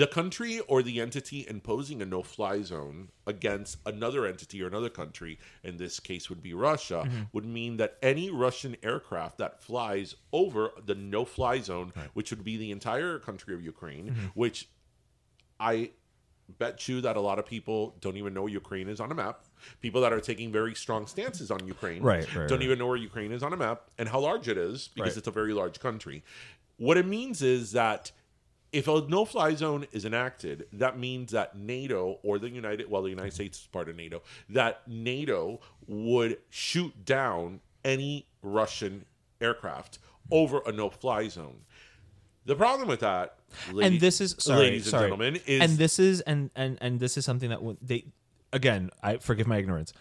C: the country or the entity imposing a no fly zone against another entity or another country, in this case would be Russia,
B: Mm-hmm.
C: would mean that any Russian aircraft that flies over the no fly zone, which would be the entire country of Ukraine,
B: Mm-hmm.
C: which I bet you that a lot of people don't even know where Ukraine is on a map. People that are taking very strong stances on Ukraine
B: Right, right,
C: don't
B: right.
C: even know where Ukraine is on a map and how large it is because
B: Right.
C: it's a very large country. What it means is that if a no-fly zone is enacted, that means that NATO or the United, well, the United States is part of NATO, that NATO would shoot down any Russian aircraft over a no-fly zone. The problem with that, lady-
B: and this is sorry,
C: ladies
B: sorry.
C: and gentlemen, is
B: and this is and and and this is something that when they again I forgive my ignorance.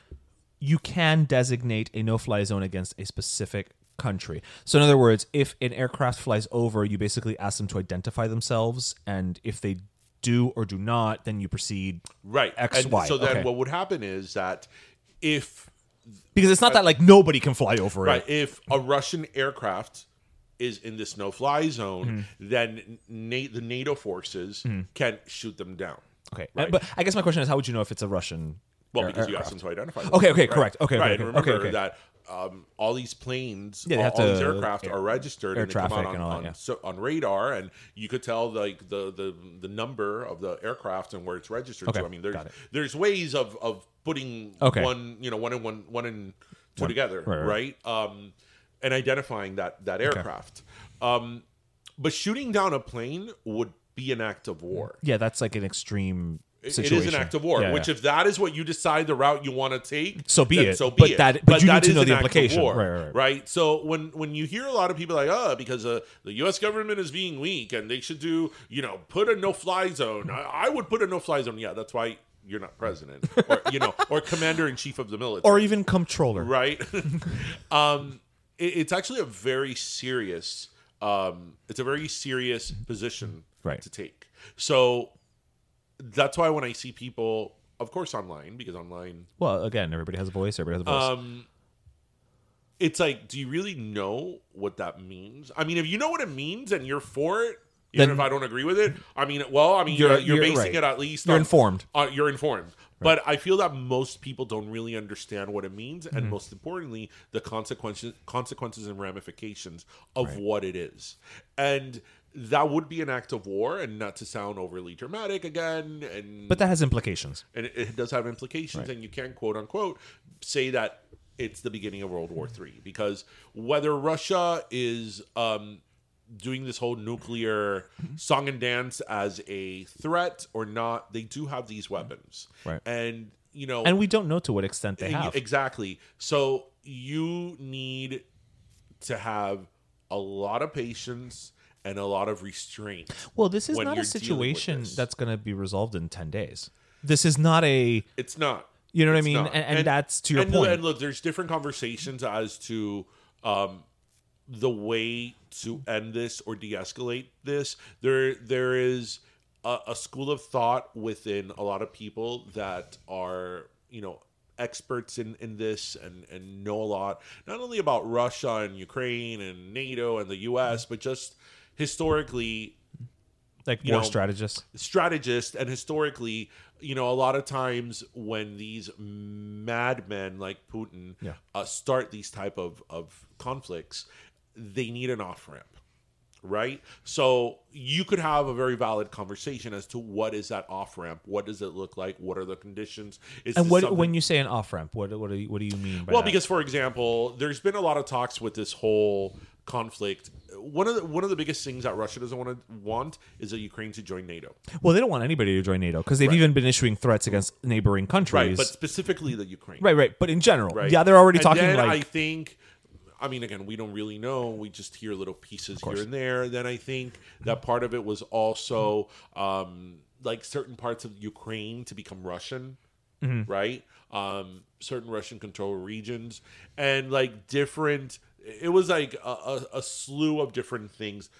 B: You can designate a no-fly zone against a specific country. So in other words, if an aircraft flies over, you basically ask them to identify themselves, and if they do or do not, then you proceed
C: right
B: X,
C: and
B: Y.
C: So then,
B: Okay.
C: what would happen is that if
B: because it's not that like nobody can fly over
C: right,
B: it.
C: if a Russian aircraft is in this no-fly zone,
B: Mm.
C: then na- the NATO forces can shoot them down.
B: Okay, Uh, but I guess my question is, how would you know if it's a Russian?
C: Well,
B: air-
C: because you
B: aircraft?
C: asked them to identify. them.
B: Okay, okay, correct. Okay,
C: right.
B: okay,
C: and
B: okay, okay,
C: remember
B: okay.
C: that um, all these planes,
B: Yeah, they
C: all,
B: have
C: all these
B: to-
C: aircraft are registered
B: air
C: and they come out
B: traffic
C: on,
B: and all that,
C: on,
B: yeah.
C: so, on radar, and you could tell like the the the number of the aircraft and where it's registered
B: Okay,
C: to. I mean, there's
B: got it.
C: there's ways of of putting
B: Okay.
C: one you know one and one one and two together,
B: right,
C: right?
B: right.
C: Um, and identifying that that aircraft. Um, but shooting down a plane would be an act of war.
B: Yeah, that's like an extreme.
C: It-
B: situation.
C: It is an act of war.
B: Yeah,
C: which,
B: yeah.
C: if that is what you decide the route you want to take,
B: So be
C: then
B: it.
C: So be
B: But
C: it.
B: that- but you need to
C: is
B: know
C: an
B: the
C: act of
B: implication.
C: war,
B: Right, right, right.
C: So when when you hear a lot of people like, oh, because uh, the U.S. government is being weak and they should do, you know, put a no fly zone. I, I would put a no fly zone. Yeah, that's why you're not president, or you know, or commander in chief of the military,
B: or even controller.
C: right? [laughs] um, it- it's actually a very serious. Um, it's a very serious position
B: Right.
C: to take. So that's why when I see people, of course, online because online,
B: Well, again, everybody has a voice. Everybody has a voice.
C: um, it's like, do you really know what that means? I mean, if you know what it means and you're for it. Even
B: Then-
C: if I don't agree with it, I mean, well, I mean, you're,
B: You're-
C: you're,
B: you're
C: basing
B: right.
C: it at least.
B: You're
C: on-
B: informed.
C: uh, you're informed. But I feel that most people don't really understand what it means,
B: Mm-hmm.
C: and most importantly, the consequences, consequences and ramifications of what it is. And that would be an act of war, and not to sound overly dramatic again. And
B: but that has implications.
C: and it, it does have implications, and you can quote unquote say that it's the beginning of World War Three because whether Russia is um, doing this whole nuclear
B: Mm-hmm.
C: song and dance as a threat or not, they do have these weapons,
B: Mm-hmm. Right.
C: And you know,
B: And we don't know to what extent they
C: and you-
B: have.
C: Exactly. So you need to have a lot of patience and a lot of restraint.
B: Well, this is
C: when
B: not a
C: you're dealing with
B: situation
C: this.
B: that's going to be resolved in 10 days. This is not a,
C: It's not.
B: you know what I
C: It's
B: mean?
C: not.
B: And, and, that's to your
C: and,
B: point.
C: And look, there's different conversations as to um, the way to end this or de-escalate this. There, there is a, a school of thought within a lot of people that are, you know, experts in in this and and know a lot not only about Russia and Ukraine and NATO and the U.S., but just historically
B: like
C: you
B: war
C: know,
B: strategists.
C: strategist and historically you know a lot of times when these madmen like putin
B: Yeah.
C: uh, start these type of of conflicts they need an off ramp right so you could have a very valid conversation as to what is that off ramp what does it look like what are the conditions is
B: And
C: this
B: what
C: something-
B: when you say an off ramp, what what do you, what do you mean by
C: well
B: that?
C: because for example there's been a lot of talks with this whole conflict one of the one of the biggest things that russia doesn't want to want is that ukraine to join nato
B: well, they don't want anybody to join NATO because they've even been issuing threats against neighboring
C: right
B: countries.
C: but specifically the ukraine
B: right, right. But in general,
C: right?
B: yeah, they're already
C: And
B: talking
C: Then
B: like
C: I think, I mean, again, we don't really know. We just hear little pieces here and there. Then I think that part of it was also um, like certain parts of Ukraine to become Russian,
B: Mm-hmm.
C: right? Um, certain Russian controlled regions and like different. It was like a, a, a slew of different things,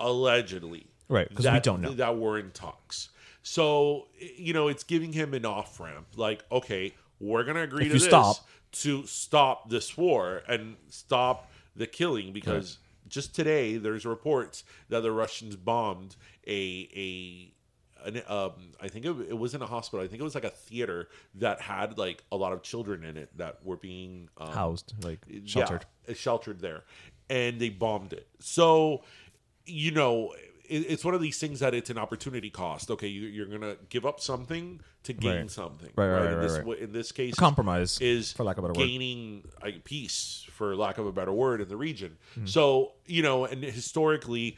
C: allegedly.
B: Right, 'cause we
C: that-
B: don't know.
C: that were in talks. So i- you know, it's giving him an off ramp. Like, okay, we're gonna agree
B: If
C: to
B: you
C: this
B: stop.
C: to stop this war and stop the killing because just today there's reports that the Russians bombed a a an, um, I think it, it wasn't a hospital. I think it was like a theater that had like a lot of children in it that were being um,
B: housed, like sheltered.
C: yeah, sheltered there, and they bombed it. So, you know, it, it's one of these things that it's an opportunity cost. Okay, you, you're gonna give up something to gain
B: Right.
C: something.
B: Right, right,
C: in,
B: right,
C: this,
B: right.
C: wa- in this case,
B: Compromise,
C: is
B: for lack of a better word.
C: gaining a peace, for lack of a better word, in the region.
B: Hmm.
C: So you know, and historically.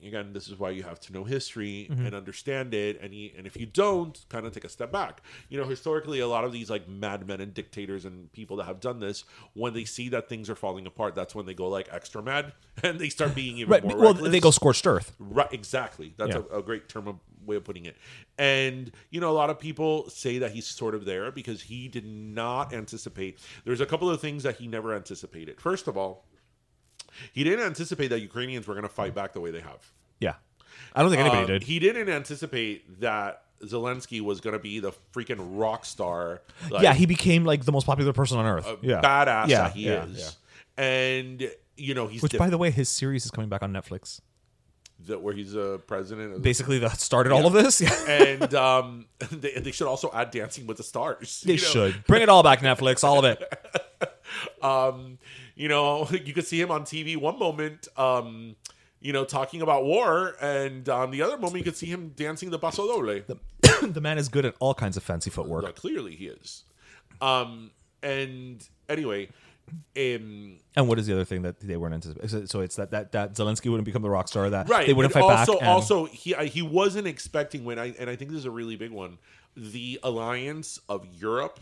C: Again, this is why you have to know history
B: Mm-hmm.
C: and understand it, and you, and if you don't, kind of take a step back. You know, historically, a lot of these like madmen and dictators and people that have done this, when they see that things are falling apart, that's when they go like extra mad [laughs] and they start being even
B: Right.
C: more.
B: Well,
C: reckless.
B: they go scorched earth.
C: Right, exactly. That's
B: Yeah.
C: a, a great term of way of putting it. And you know, a lot of people say that he's sort of there because he did not anticipate. There's a couple of things that he never anticipated. First of all, he didn't anticipate that Ukrainians were going to fight back the way they have.
B: Yeah, I don't think anybody
C: Uh,
B: did.
C: He didn't anticipate that Zelensky was going to be the freaking rock star. like,
B: yeah, he became like the most popular person on earth. yeah,
C: badass
B: Yeah,
C: that he
B: yeah,
C: is. And you know, he's
B: Which,
C: diff-
B: by the way, his series is coming back on Netflix.
C: the, where he's a president. Of the
B: Basically, that started all of
C: [laughs]
B: this. Yeah.
C: and um, [laughs] they, they should also add Dancing with the Stars.
B: They
C: you know?
B: should bring it all back, Netflix, all of
C: [laughs]
B: it.
C: Um, you know, [laughs] you could see him on TV one moment, um, you know, talking about war, and on the other moment, you could see him dancing the paso doble.
B: [coughs] the man is good at all kinds of fancy footwork.
C: Well, clearly, he is. Um, and anyway, Um,
B: And what is the other thing that they weren't anticipating? So- So it's that that that Zelensky wouldn't become the rock star. That
C: right.
B: they wouldn't
C: and
B: fight
C: also,
B: back. and-
C: Also, he I, he wasn't expecting when I and I think this is a really big one. The alliance of Europe,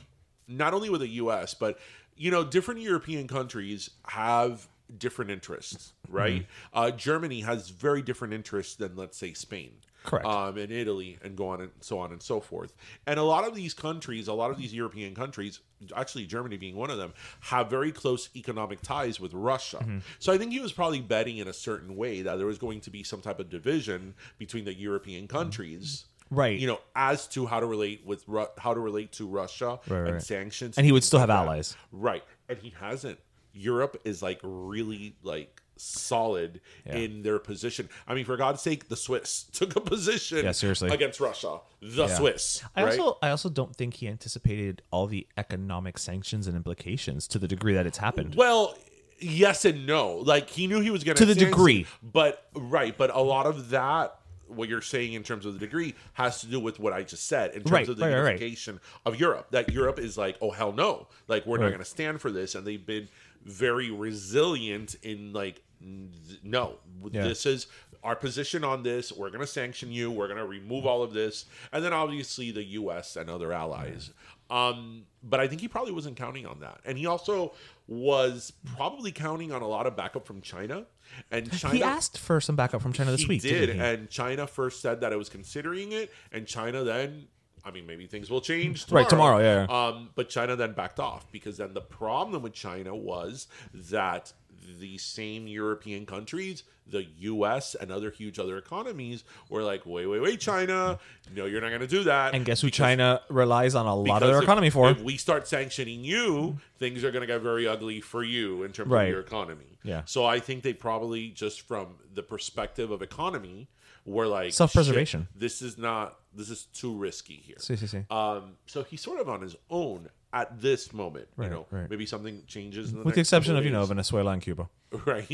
C: not only with the U.S., but you know, different European countries have different interests, right?
B: Mm-hmm.
C: Uh, Germany has very different interests than, let's say, Spain.
B: Correct.
C: Um, and Italy, and go on and so on and so forth. And a lot of these countries, a lot of these European countries, actually Germany being one of them, have very close economic ties with Russia.
B: Mm-hmm.
C: So I think he was probably betting in a certain way that there was going to be some type of division between the European countries,
B: Mm-hmm. Right.
C: You know, as to how to relate with Ru- how to relate to Russia and
B: right.
C: sanctions,
B: And he would
C: things
B: still have
C: like that.
B: allies.
C: right? And he hasn't. Europe is like really like solid in their position. I mean, for God's sake, the Swiss [laughs] took a position
B: Yeah, seriously.
C: against Russia. The Swiss,
B: I
C: right?
B: also I also don't think he anticipated all the economic sanctions and implications to the degree that it's happened.
C: well, yes and no. Like he knew he was going
B: To the degree.
C: but right, but a lot of that. What you're saying in terms of the degree has to do with what I just said in terms
B: Right,
C: of the
B: right, right, right.
C: unification of Europe. That Europe is like, oh hell no, like we're not
B: Right.
C: going to stand for this, and they've been very resilient in like, n- no, this is our position on this. We're going to sanction you. We're going to remove all of this, and then obviously the U.S. and other allies. Um, but I think he probably wasn't counting on that, and he also was probably counting on a lot of backup from China, and China
B: he asked for some backup from China this
C: he
B: week.
C: did,
B: didn't he?
C: and China first said that it was considering it, and China then. I mean, maybe things will change tomorrow.
B: Right, tomorrow, yeah,
C: Um, but China then backed off because then the problem with China was that the same European countries, the U.S. and other huge other economies, were like, "Wait, wait, wait, China! No, you're not going to do that."
B: And guess who China relies on a lot of
C: Because
B: their
C: if-
B: economy for?
C: If we start sanctioning you, things are going to get very ugly for you in terms
B: Right.
C: of your economy.
B: Yeah.
C: So I think they probably just from the perspective of economy were like
B: Self-preservation.
C: "Shit, This is not. This is too risky here.
B: See, see, see.
C: Um. So he's sort of on his own at this moment.
B: Right,
C: you know,
B: right.
C: maybe something changes. In the
B: With the
C: next
B: exception
C: couple
B: of you know
C: days.
B: Venezuela and Cuba,
C: [laughs] right.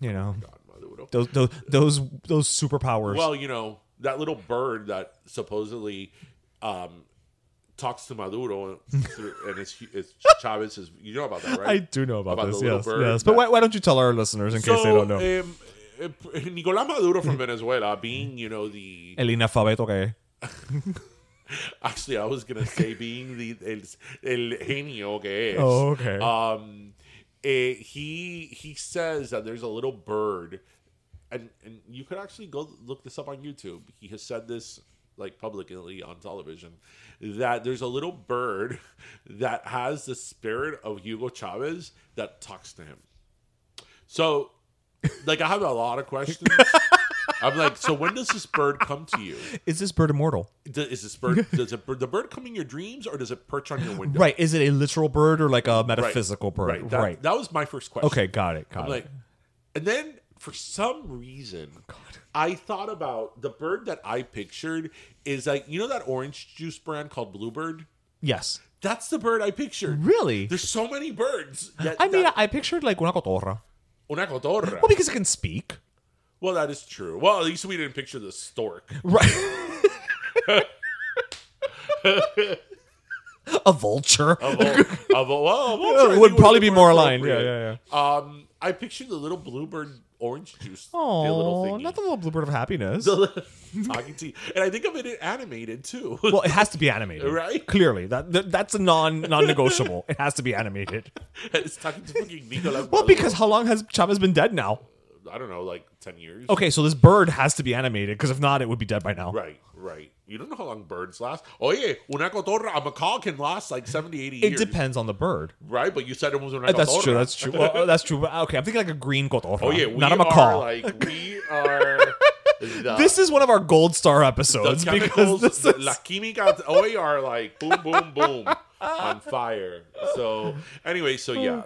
B: you know those those those those superpowers.
C: Well, you know that little bird that supposedly um, talks to Maduro through- and it's, it's Chavez. Is you know about that, right?
B: I do know about,
C: About
B: this.
C: the little
B: Yes,
C: bird
B: yes. But
C: that-
B: why, why don't you tell our listeners in case they don't know?
C: Um, uh, Nicolás Maduro from Venezuela, being you know the
B: Elena Fabeto, okay.
C: actually I was gonna say being the el, el genio que es.
B: Oh, okay.
C: Um, eh, he he says that there's a little bird, and and you could actually go look this up on YouTube. He has said this like publicly on television that there's a little bird [laughs] that has the spirit of Hugo Chavez that talks to him. So, like, I have a lot of
B: [laughs]
C: questions. I'm like, so when does this bird come to you?
B: Is this bird immortal?
C: Does, is
B: [laughs]
C: this bird does it the bird come in your dreams or does it perch on your window?
B: Right. Is it a literal bird or like a metaphysical bird?
C: Right. That, that was my first question.
B: okay. Got it. Got
C: I'm
B: it.
C: like, and then for some reason,
B: [laughs]
C: I thought about the bird that I pictured is like you know that orange juice brand called Bluebird.
B: yes.
C: That's the bird I pictured.
B: Really?
C: There's so many birds. that-
B: I mean,
C: that-
B: I pictured like una cotorra.
C: una cotorra.
B: Well, because it can speak.
C: Well, that is true. Well, at least we didn't picture
B: [laughs]
C: the stork. [laughs]
B: Right. a vulture.
C: Of all, of all, well, well, I
B: it
C: think
B: would probably be more aligned. Yeah,
C: appropriate.
B: yeah, yeah.
C: Um, I pictured the little bluebird orange juice. the little
B: Oh,
C: thingy.
B: not the little bluebird of happiness.
C: talking to you. And I think of it animated too.
B: well, it has to be animated,
C: Right?
B: Clearly, that, that that's a non non negotiable. it has to be animated.
C: [laughs] it's talking to fucking Nicolas.
B: Well,
C: Maduro.
B: because how long has Chavez been dead now?
C: I don't know, like ten years.
B: Okay, so this bird has to be animated because if not, it would be dead by now.
C: Right, right. You don't know how long birds last. Oh yeah, una cotorra, a macaw can last like 70, 80
B: It
C: years.
B: depends on the bird.
C: Right, but you said it was una
B: Uh, That's
C: cotorra.
B: true. That's [laughs] true. Well, uh, that's true. But, Okay, I'm thinking like a green cotorra.
C: Oh yeah, we
B: not a
C: are
B: macaw. [laughs]
C: like uh, we are. the-
B: this is one of our gold star
C: the
B: episodes because
C: chemicals,
B: this
C: the-
B: is
C: la química, hoy are like boom, boom, boom on fire. So anyway, so yeah,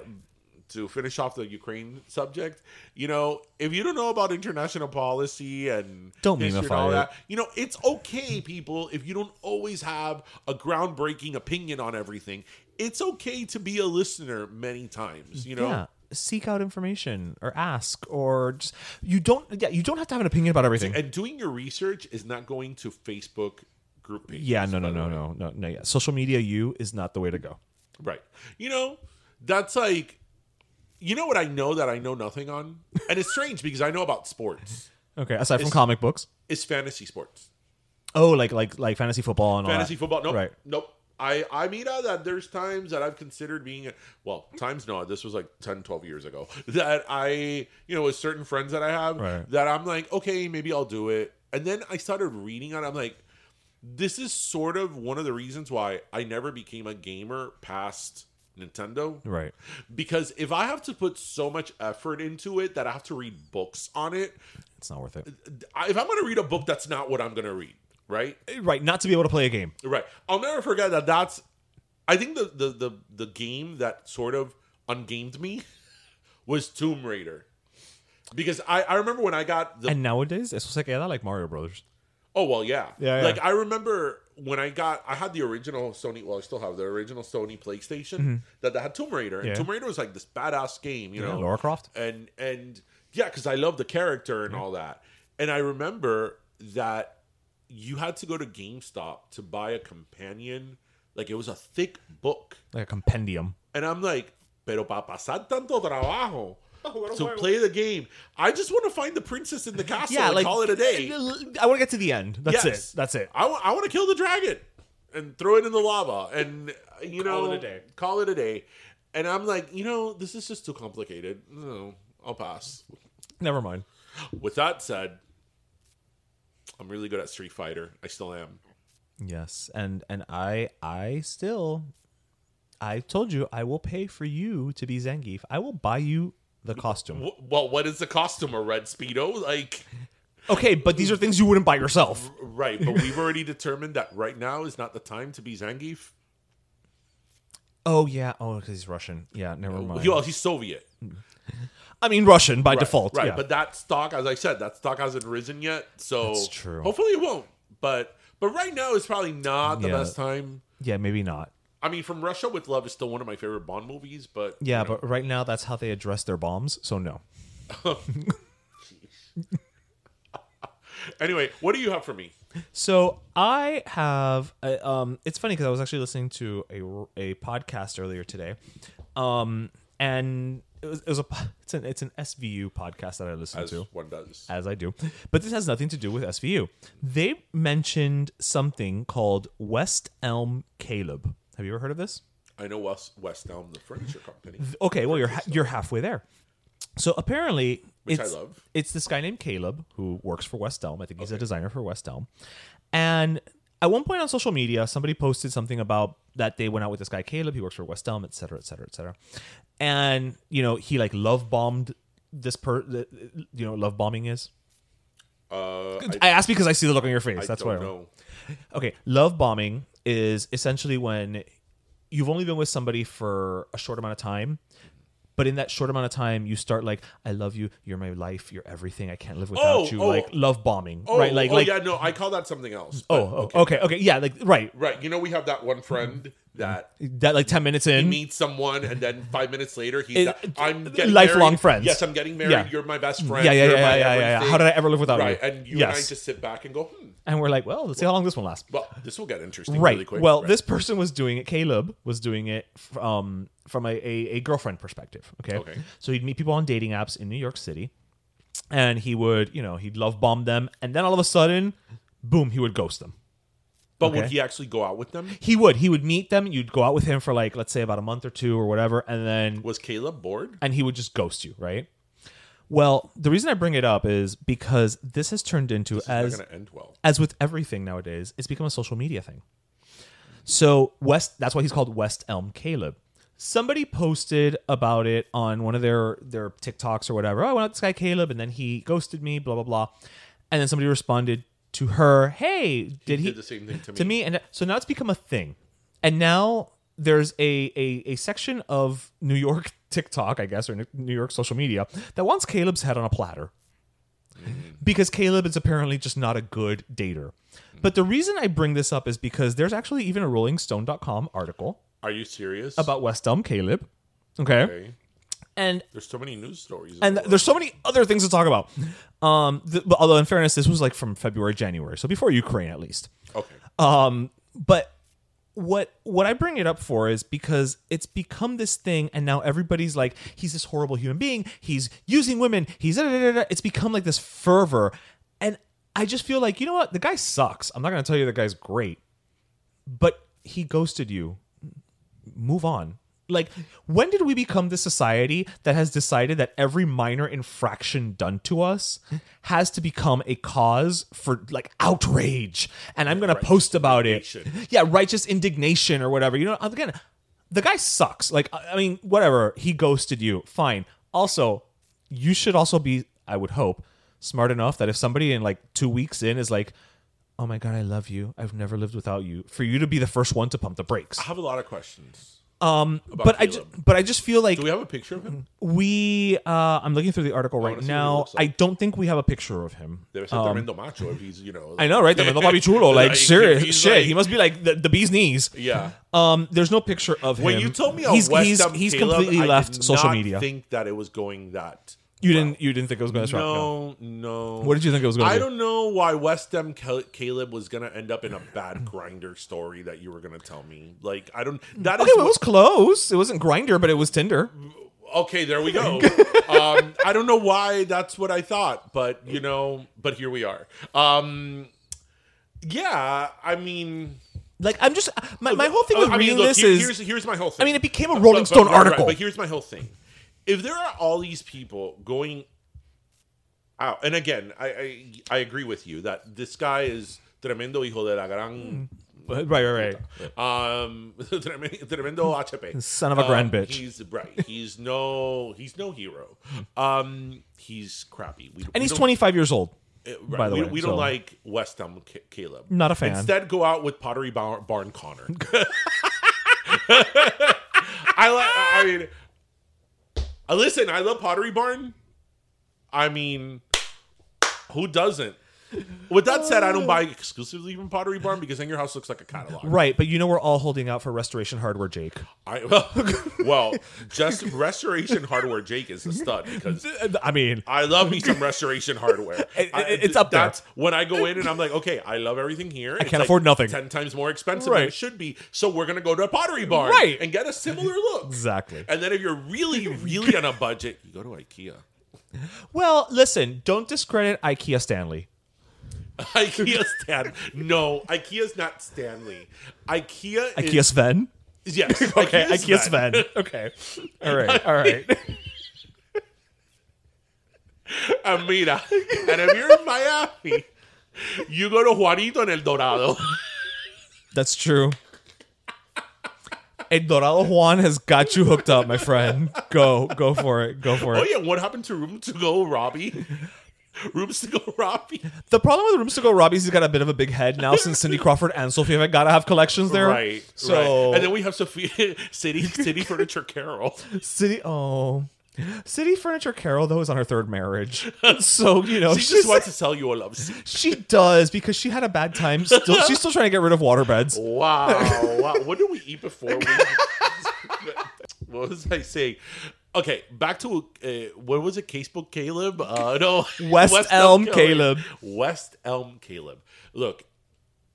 C: to finish off the Ukraine subject, you know, if you don't know about international policy and
B: Don't
C: history and
B: memeify
C: all
B: it.
C: that, you know, it's okay, people, if you don't always have a groundbreaking opinion on everything. It's okay to be a listener many times, you know.
B: yeah. Seek out information or ask or just you don't yeah you don't have to have an opinion about everything.
C: And doing your research is not going to Facebook group pages.
B: Yeah, no,
C: by
B: no,
C: the
B: no,
C: way.
B: no, no, no. Yeah, social media you is not the way to go.
C: Right. You know, that's like You know what I know that I know nothing on? And it's strange because I know about sports.
B: Okay, aside from comic books.
C: It's fantasy sports.
B: Oh, like like like fantasy football and all
C: Fantasy
B: that.
C: football. Nope.
B: Right.
C: Nope. I, I mean uh, that there's times that I've considered being a, well times no this was like 10 12 years ago [laughs] that I you know with certain friends that I have
B: Right.
C: that I'm like okay maybe I'll do it and then I started reading on it, I'm like this is sort of one of the reasons why I never became a gamer past Nintendo
B: Right.
C: because if I have to put so much effort into it that I have to read books on it
B: It's not worth it.
C: I- if I'm going to read a book that's not what I'm going to read Uh, right
B: Right, not to be able to play a game.
C: Right. I'll never forget that. That's I think the the the, the game that sort of ungamed me [laughs] was Tomb Raider. Because I, I remember when I got the
B: And nowadays, eso se queda like Mario Brothers.
C: oh well yeah.
B: Yeah, yeah.
C: like I remember when I got I had the original Sony well I still have the original Sony PlayStation that, that had Tomb Raider and
B: Yeah.
C: Tomb Raider was like this badass game you
B: Yeah,
C: know
B: Lara Croft.
C: and and yeah because I love the character and all that and I remember that you had to go to GameStop to buy a companion like it was a thick book
B: Like a compendium.
C: and I'm like, pero para pasar tanto
B: [laughs]
C: trabajo
B: Oh,
C: to play the game, I just want to find the princess in the castle and call it a day.
B: uh, I want to get to the end. That's
C: Yes.
B: it. That's it.
C: I want to kill the dragon and throw it in the lava and, you know,
B: it a day.
C: Call it a day. And I'm like, you know, this is just too complicated. No, I'll pass.
B: Never mind.
C: With that said, I'm really good at Street Fighter. I still am.
B: Yes, and and I I still I told you I will pay for you to be Zangief. I will buy you the costume.
C: W- Well, what is the costume? A red Speedo? Like,
B: Okay, but these are things you wouldn't buy yourself.
C: right. But
B: [laughs]
C: we've already determined that right now is not the time to be Zangief.
B: Oh yeah. Oh, because he's Russian. Yeah, never mind.
C: Well, he's Soviet.
B: I mean Russian by default.
C: Oh, Right,
B: yeah.
C: but that stock, as I said, that stock hasn't risen yet. So
B: That's true.
C: Hopefully it won't. But but right now it's probably not the
B: Yeah.
C: best time.
B: yeah, maybe not.
C: I mean, From Russia with Love is still one of my favorite Bond movies, but
B: Yeah, but right now that's how they address their bombs. So no.
C: anyway, what do you have for me?
B: So I have. uh, um, it's funny because I was actually listening to a, a podcast earlier today, um, and it was, it was a po- [laughs] it's an it's an SVU podcast that I listened
C: As
B: to
C: one does.
B: as I do, but this has nothing to do with SVU. They mentioned something called West Elm Caleb. Have you ever heard of this?
C: I know West, West Elm, the
B: [laughs]
C: furniture company.
B: Okay, well you're ha- you're halfway there. So apparently,
C: Which I
B: it's,
C: love.
B: It's this guy named Caleb who works for West Elm. I think he's a designer for West Elm. And at one point on social media, somebody posted something about that they went out with this guy Caleb. He works for West Elm, et cetera, et cetera, et cetera. And you know, he like love bombed this per. the- You know, what love bombing is.
C: Uh, I,
B: I asked because I see the look on your face.
C: I
B: That's why.
C: don't
B: I-
C: know.
B: Okay, love bombing is essentially when you've only been with somebody for a short amount of time, but in that short amount of time, you start like, "I love you, you're my life, you're everything, I can't live without
C: Oh,
B: you."
C: oh.
B: like love bombing,
C: Oh,
B: right? Like,
C: oh
B: like,
C: yeah, no, I call that something else.
B: oh,
C: but
B: oh, okay. okay, yeah, like, right.
C: Right, you know we have that one friend that
B: That like ten minutes
C: he
B: in,
C: meets someone, and then five minutes later, he's
B: It- uh,
C: that- I'm getting
B: lifelong
C: married.
B: friends.
C: Yes, I'm getting married.
B: Yeah.
C: You're my best friend.
B: Yeah, yeah,
C: You're
B: yeah, yeah,
C: my
B: yeah, yeah.
C: everything.
B: How did I ever live without you?
C: right. And you and I
B: Yes.
C: just sit back and go, hmm,
B: and we're like, "Well, let's see how long this one lasts."
C: well, this will get interesting
B: right.
C: really quick.
B: Well,
C: Right.
B: this person was doing it. Caleb was doing it from from a, a, a girlfriend perspective. Okay?
C: Okay.
B: So he'd meet people on dating apps in New York City, and he would, you know, he'd love bomb them, and then all of a sudden, boom, he would ghost them.
C: but would
B: okay.
C: he actually go out with them?
B: He would. He would meet them. You'd go out with him for like, let's say, about a month or two or whatever, and then
C: Was Caleb bored?
B: and he would just ghost you, right? Well, the reason I bring it up is because this has turned into
C: It's
B: as
C: not going to end well.
B: as with everything nowadays, it's become a social media thing. So West, that's why he's called West Elm Caleb. Somebody posted about it on one of their their TikToks or whatever. Oh, I went out with this guy Caleb, and then he ghosted me. Blah blah blah. And then somebody responded to her, "Hey, did he,
C: did the same thing to
B: To me, and so now it's become a thing. And now there's a a, a section of New York [laughs] TikTok, I guess, or New York social media that wants Caleb's head on a platter because Caleb is apparently just not a good dater. But the reason I bring this up is because there's actually even a RollingStone.com article
C: Are you serious?
B: about West Elm Caleb. Okay.
C: okay.
B: And
C: There's so many news stories. in
B: and
C: the world.
B: there's so many other things to talk about. Um, th- but although in fairness, this was like from February, January, so before Ukraine at least.
C: okay.
B: Um, but what what I bring it up for is because it's become this thing, and now everybody's like, he's this horrible human being. He's using women. He's da, da, da, da. it's become like this fervor, and I just feel like you know what the guy sucks. I'm not gonna tell you the guy's great, but he ghosted you. Move on. Like, when did we become the society that has decided that every minor infraction done to us has to become a cause for like outrage? And I'm going to post about it. Yeah, righteous indignation or whatever. You know, again, the guy sucks. Like, I I mean, whatever. He ghosted you. Fine. Also, you should also be, I would hope, smart enough that if somebody in like two weeks in is like, oh my God, I love you. I've never lived without you, for you to be the first one to pump the brakes.
C: I have a lot of questions.
B: Um, but I, ju-
C: Caleb.
B: but I just feel like
C: Do we have a picture of him?
B: we uh i'm looking through the article right
C: wanna see what he
B: now
C: looks like.
B: i don't think we have a picture of him
C: There's a tremendo macho if he's, you know.
B: Um, i know right the Mendo Papi chulo like,
C: [laughs] Like,
B: serious
C: he's
B: shit
C: like-
B: he must be like the, the bee's knees
C: Yeah.
B: um there's no picture of
C: When
B: him
C: you told me on
B: he's
C: West
B: he's,
C: Ham
B: he's
C: Caleb,
B: completely
C: I did
B: left social
C: not
B: media
C: think that it was going that.
B: you didn't you didn't think it was going to
C: No, no.
B: What did you think it was gonna
C: I
B: be?
C: don't know why West Ham Cal- Caleb was gonna end up in a bad grinder story that you were gonna tell me. Like I don't. That is
B: okay well, it
C: what-
B: was close it wasn't grinder but it was tinder
C: okay. There
B: [laughs]
C: we go. um, I don't know why that's what I thought, but you know, but here we are. Um, yeah, I mean,
B: like i'm just my, my whole thing with
C: Oh, I mean,
B: reading
C: look,
B: this
C: here-
B: is
C: here's, here's my whole thing.
B: I mean, it became a Rolling Stone
C: right, right,
B: article.
C: but here's my whole thing: if there are all these people going out, and again, I I, I agree with you that this guy is tremendo hijo de la gran.
B: right right right
C: Um, [laughs] tremendo, tremendo HP.
B: Hmm. Son of a
C: Um,
B: grand bitch.
C: He's right. He's no. He's no hero. Um, he's crappy. We,
B: and he's
C: twenty.
B: 25 years old
C: Right.
B: by the
C: we,
B: way
C: we don't
B: so-
C: like West Ham Ca- Caleb.
B: Not a fan.
C: Instead, go out with Pottery Bar- Barn
B: [laughs]
C: Connor. [laughs] I like. I mean, uh, listen. I love Pottery Barn. I mean, who doesn't? With that said, I don't buy exclusively from Pottery Barn because then your house looks like a catalog.
B: right but you know we're all holding out for restoration hardware jake
C: I, well, [laughs] well, just Restoration Hardware Jake is a stud because
B: i mean
C: I love me some restoration hardware.
B: [laughs] It-
C: I-
B: it- it's up there.
C: That's when I go in and I'm like, okay, I love everything here. I
B: can't afford nothing.
C: Ten times more expensive than
B: Right.
C: it should be. So we're gonna go to a pottery barn
B: Right.
C: and get a similar look.
B: Exactly.
C: And then if you're really, really on a budget, you go to IKEA. [laughs]
B: Well, listen, don't discredit IKEA Stanley.
C: IKEA Stan. No, IKEA's not Stanley. IKEA
B: IKEA
C: is
B: Sven.
C: yes.
B: [laughs] Okay,
C: IKEA's
B: IKEA
C: Sven.
B: Sven.
C: [laughs]
B: [laughs] Okay. All right. All right.
C: And mira. And if you're in Miami, you go to Juanito en El Dorado.
B: That's true. El Dorado Juan has got you hooked up, my friend. Go, go for it. Go for
C: Oh
B: it.
C: yeah, what happened to room to go Robbie?
B: [laughs]
C: Rooms to go Robbie.
B: The problem with Rooms to Go Robbie's he's got a bit of a big head now since Cindy Crawford and Sophie have gotta have collections there.
C: Right.
B: So
C: right. and then we have Sophia [laughs] City City Furniture Carol.
B: City Oh. City Furniture Carol though is on her third
C: [laughs]
B: marriage. So, you know,
C: She just wants to sell you a love seat.
B: She does because she had a bad time. Still, she's still trying to get rid of waterbeds.
C: Wow. wow. What did we eat before? We... [laughs] what was I saying? Okay, back to uh, what was it? Casebook Caleb? Uh, no,
B: [laughs] West Elm Caleb.
C: West Elm Caleb. Look,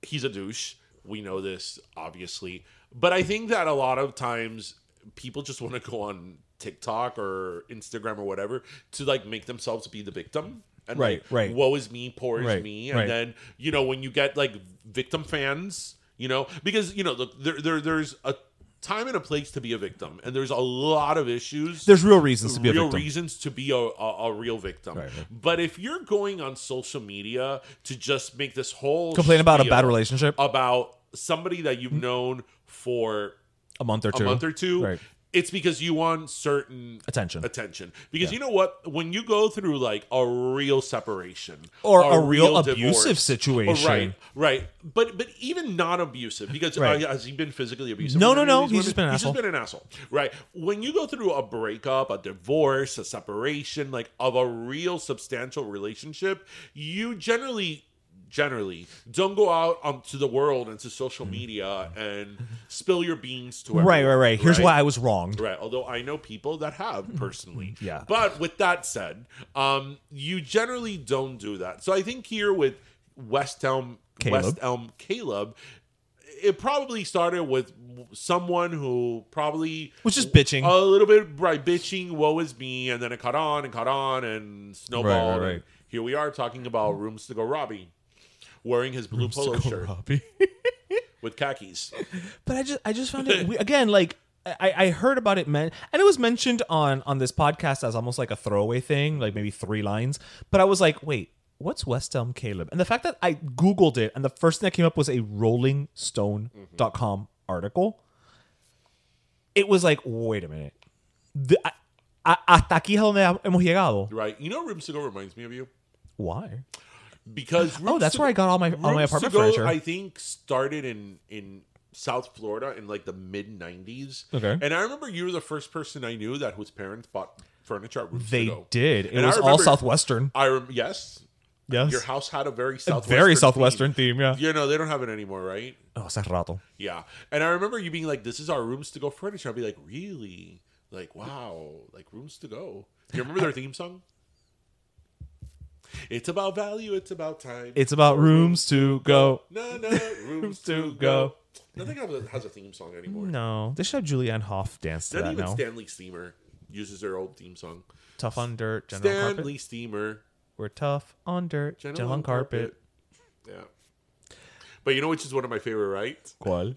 C: he's a douche. We know this, obviously. But I think that a lot of times people just want to go on TikTok or Instagram or whatever to like make themselves be the victim. And
B: Right,
C: like,
B: right.
C: Woe is me, poor is
B: Right,
C: me. And
B: right.
C: then, you know, when you get like victim fans, you know, because, you know, look, there, there, there's a time and a place to be a victim. And there's a lot of issues
B: There's real reasons to be a
C: real
B: victim.
C: reasons to be a, a, a real victim. But if you're going on social media to just make this whole
B: Complain about a
C: spiel
B: bad relationship?
C: about somebody that you've known for
B: a month or
C: a
B: two.
C: month or two,
B: Right.
C: it's because you want certain
B: Attention.
C: Attention, because you know what? When you go through like a real separation
B: Or a real abusive
C: divorce-
B: situation.
C: right? Oh, Right. But but even not abusive because
B: Right.
C: uh, has he been physically abusive?
B: No,
C: with
B: no,
C: any of
B: no.
C: these
B: He's
C: women?
B: just been an
C: he's
B: asshole.
C: just been an asshole. Right. When you go through a breakup, a divorce, a separation, like of a real substantial relationship, you generally generally don't go out onto the world and to social media and spill your beans to everyone.
B: Mm. Right, right, right. Here's why I was wronged.
C: Right. Although I know people that have personally.
B: Mm-hmm. Yeah.
C: But with that said, um, you generally don't do that. So I think here with West Elm,
B: Caleb.
C: West Elm Caleb, it probably started with someone who probably
B: Was just bitching. [laughs]
C: a little bit right bitching woe is me and then it caught on and caught on and snowballed
B: right.
C: and here we are talking about rooms to go robbie wearing his blue polo shirt with khakis
B: But I just I just found
C: [laughs]
B: it we, again like I, I heard about it men and it was mentioned on on this podcast as almost like a throwaway thing like maybe three lines but I was like wait what's West Elm Caleb and the fact that I googled it and the first thing that came up was a RollingStone.com article it was like wait a minute the, I, I, hasta aquí es donde hemos llegado
C: right you know rooms to go reminds me of you
B: why
C: because
B: Oh,
C: Rooms
B: that's
C: to
B: where
C: Go-
B: I got all my- all my
C: Rooms to
B: apartment
C: Go,
B: furniture.
C: I think started in in South Florida in like the mid '90s.
B: Okay.
C: and I remember you were the first person I knew that whose parents bought furniture at Rooms
B: they
C: to Go.
B: did it
C: And I
B: was all
C: remember-
B: Southwestern
C: I rem- yes,
B: yes
C: your house had a very southwestern,
B: very Southwestern theme, yeah
C: You know they don't have it anymore, right?
B: oh hace rato
C: Yeah, and I remember you being like, "This is our Rooms to Go furniture." I'd be like, "Really? Like, wow? Like Rooms to Go?" Do you remember their
B: [laughs]
C: theme song? It's about value. It's about time.
B: it's about rooms to go [laughs]
C: No, no, rooms to go. Nothing has a- has a theme song anymore.
B: No, they should have Julianne Hoff dance to
C: Not
B: that
C: even
B: now.
C: Stanley Steamer uses their old theme song.
B: tough on dirt, general on
C: Stanley
B: carpet.
C: Steamer,
B: We're tough on dirt, general, on carpet.
C: Yeah. But you know which is one of my favorite, right? [laughs]
B: ¿Cuál?